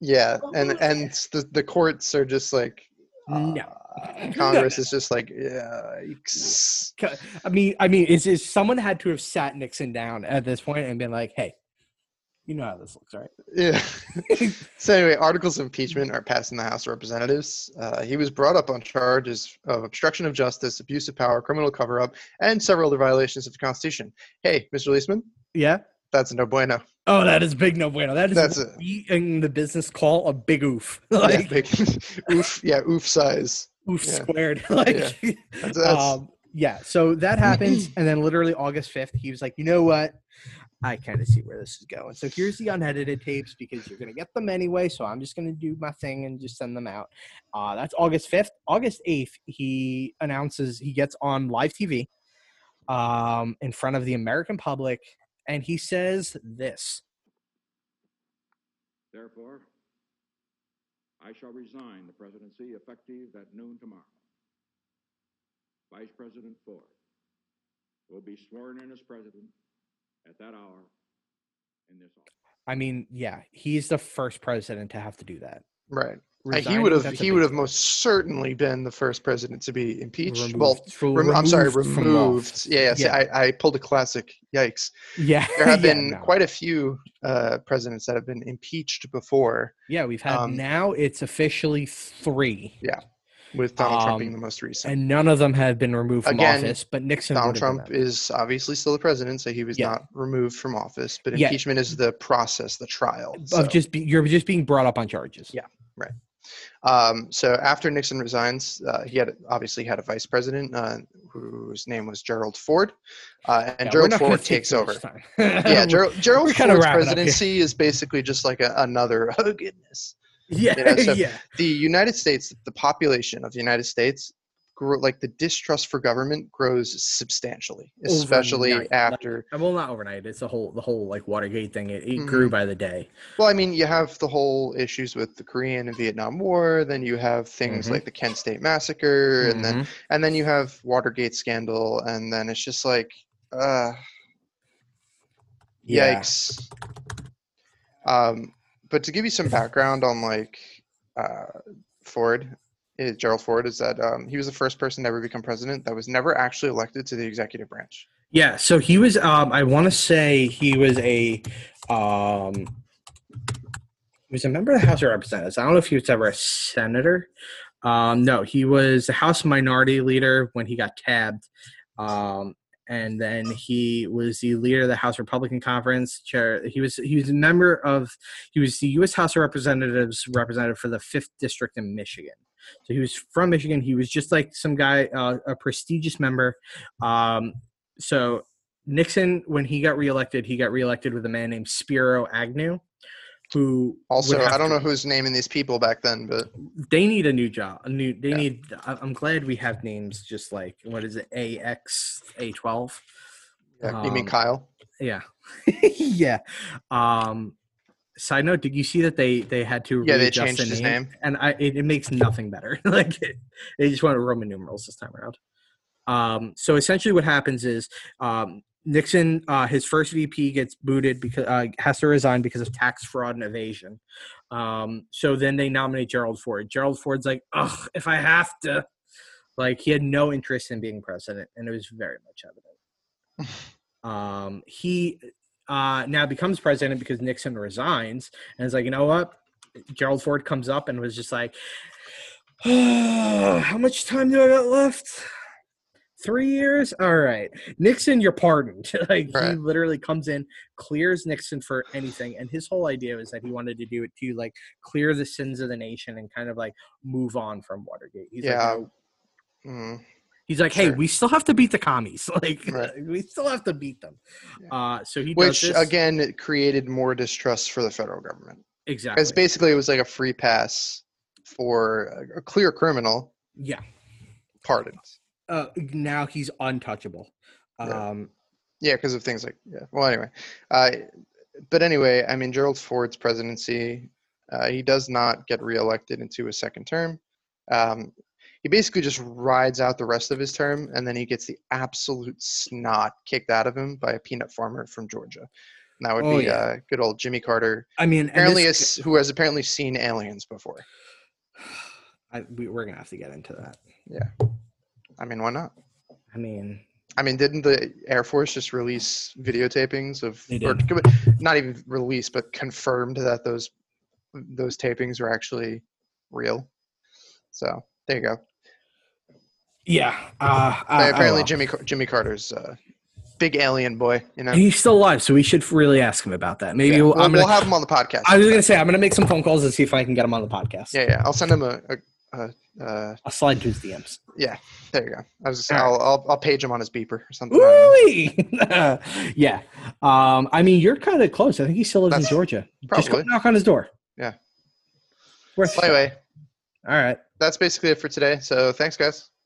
yeah, and Oh. and s- the the courts are just like No. uh, Congress is just like yeah. yikes. Co- I mean, I mean, is is someone had to have sat Nixon down at this point and been like, "Hey, you know how this looks, right?" Yeah. so anyway, articles of impeachment are passed in the House of Representatives. Uh, he was brought up on charges of obstruction of justice, abuse of power, criminal cover-up, and several other violations of the Constitution. Hey, Mr. Leisman, Yeah. that's a no bueno. Oh, that is big no bueno. That is That's what it. we in the business call a big oof, yeah, like big, oof, yeah, oof size. oof yeah. squared, like. That's, that's, um, yeah, so that happens, and then literally August fifth, he was like, "You know what? I kind of see where this is going. So here's the unedited tapes because you're gonna get them anyway. So I'm just gonna do my thing and just send them out." Uh, that's August fifth. August eighth, he announces he gets on live TV um, in front of the American public, and he says this. Therefore, I shall resign the presidency effective at noon tomorrow. Vice President Ford will be sworn in as president at that hour in this office. I mean, yeah, he's the first president to have to do that. right. Uh, he Resigning, would have that's a he big would have deal. most certainly been the first president to be impeached. Removed- well, full- rem- I'm sorry, removed from removed. office. Yeah, yeah. see, Yeah. I, I pulled a classic. Yikes. Yeah, There have yeah, been no. quite a few uh, presidents that have been impeached before. Yeah, we've had Um, now it's officially three, with Donald Trump Um, being the most recent. and none of them have been removed from Again, office. But Nixon, Donald would have been Trump that. is obviously still the president, so he was Yeah. not removed from office. But Yeah. impeachment is the process, the trial. So, of just be, you're just being brought up on charges. Yeah. um, so after Nixon resigns, uh, he had obviously had a vice president uh, whose name was Gerald Ford, uh, and Yeah, we're Gerald not gonna Ford take takes too much over. time. Yeah, Gerald, Gerald we're kinda Ford's wrapping up here. presidency is basically just like a, another. Oh goodness. yeah, you know, so- yeah, the United States, the population of the United States, grow, like the distrust for government grows substantially, especially Overnight, like- after. Uh, Well, not overnight. It's the whole the whole like Watergate thing. It, it Mm-hmm. grew by the day. Well, I mean, you have the whole issues with the Korean and Vietnam War. Then you have things Mhm. like the Kent State massacre, and then Mhm. and then you have Watergate scandal, and then it's just like, uh, Yeah. yikes. Um, but to give you some background on like uh, Ford, eh, Gerald Ford, is that um, he was the first person to ever become president that was never actually elected to the executive branch. Yeah, so he was. Um, I want to say he was a. Um, he was a member of the House of Representatives. I don't know if he was ever a senator. Um, no, he was the House Minority Leader when he got tabbed, um, and then he was the leader of the House Republican Conference. Chair, he was he was a member of he was the U.S. House of Representatives representative for the fifth district in Michigan. So he was from Michigan. He was just like some guy, uh, a prestigious member. Um, so Nixon, when he got reelected, he got reelected with a man named Spiro Agnew, who would Also, have I don't to- know who's naming these people back then, but They need a new job. A new. They Yeah. need. I- I'm glad we have names just like what is it? AX A12. yeah, you mean Um, Kyle? Yeah. yeah. Um side note, did you see that they they had to Yeah, they readjust changed the his name? name. And I it, it makes nothing better. like it, they just went Roman numerals this time around. Um so essentially what happens is um Nixon, uh, his first VP gets booted because uh, has to resign because of tax fraud and evasion. Um, so then they nominate Gerald Ford. Gerald Ford's like, ugh, if I have to, like he had no interest in being president, and it was very much evident. Um, he uh, now becomes president because Nixon resigns, and it's like, you know what? Gerald Ford comes up and was just like, "How much time do I got left? Three years? All right, Nixon, you're pardoned." like he Right. literally comes in, clears Nixon for anything, and his whole idea was that he wanted to do it to like clear the sins of the nation and kind of like move on from Watergate. He's like, Yeah. "No, Mm, He's like, hey, Sure. we still have to beat the commies. Like, Right. we still have to beat them. Yeah. Uh, so he which does this. again it created more distrust for the federal government. exactly. Because basically, it was like a free pass for a- a clear criminal yeah. pardoned. Uh, now he's untouchable. Right. Um, Yeah, because of things like yeah. Well, anyway, uh, but anyway, I mean Gerald Ford's presidency, uh, he does not get reelected into his second term. Um, he basically just rides out the rest of his term, and then he gets the absolute snot kicked out of him by a peanut farmer from Georgia. And that would Oh, be yeah. uh, good old Jimmy Carter, I mean, and apparently this- is, who has apparently seen aliens before. I, we, we're gonna have to get into that. I mean, why not? I mean, I mean, didn't the Air Force just release videotapings of, They or did. co- not even released, but confirmed that those those tapings were actually real? So there you go. yeah. Uh, I- I Uh, apparently, will. Jimmy Car- Jimmy Carter's uh, big alien boy. You know, he's still alive, so we should really ask him about that. Maybe Yeah. we'll, We'll, I'm gonna. we'll have him on the podcast. I was gonna say I'm gonna make some phone calls and see if I can get him on the podcast. yeah, yeah. I'll send him a. a, a uh, I'll slide to his DMs. yeah, there you go. I was. All right. I'll, I'll I'll page him on his beeper or something. I don't know. Ooh-wee! yeah. Um, I mean, you're kind of close. I think he still lives That's- in Georgia. Just go probably. knock on his door. Yeah. Worth Well, it. anyway, All right. that's basically it for today. So thanks, guys.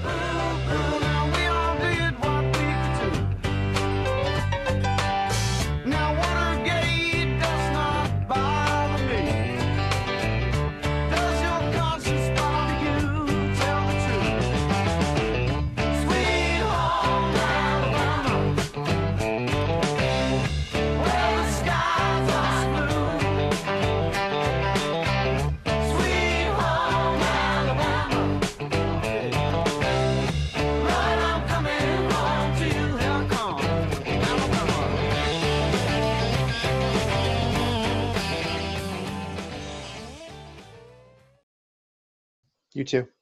Now we all did what we could do. Now Watergate does not bother me. Does your conscience bother you? Tell the truth. Sweet home Alabama, where the skies are blue. Sweet home Alabama. Lord, I'm coming home to you. Here I come. Alabama. You too.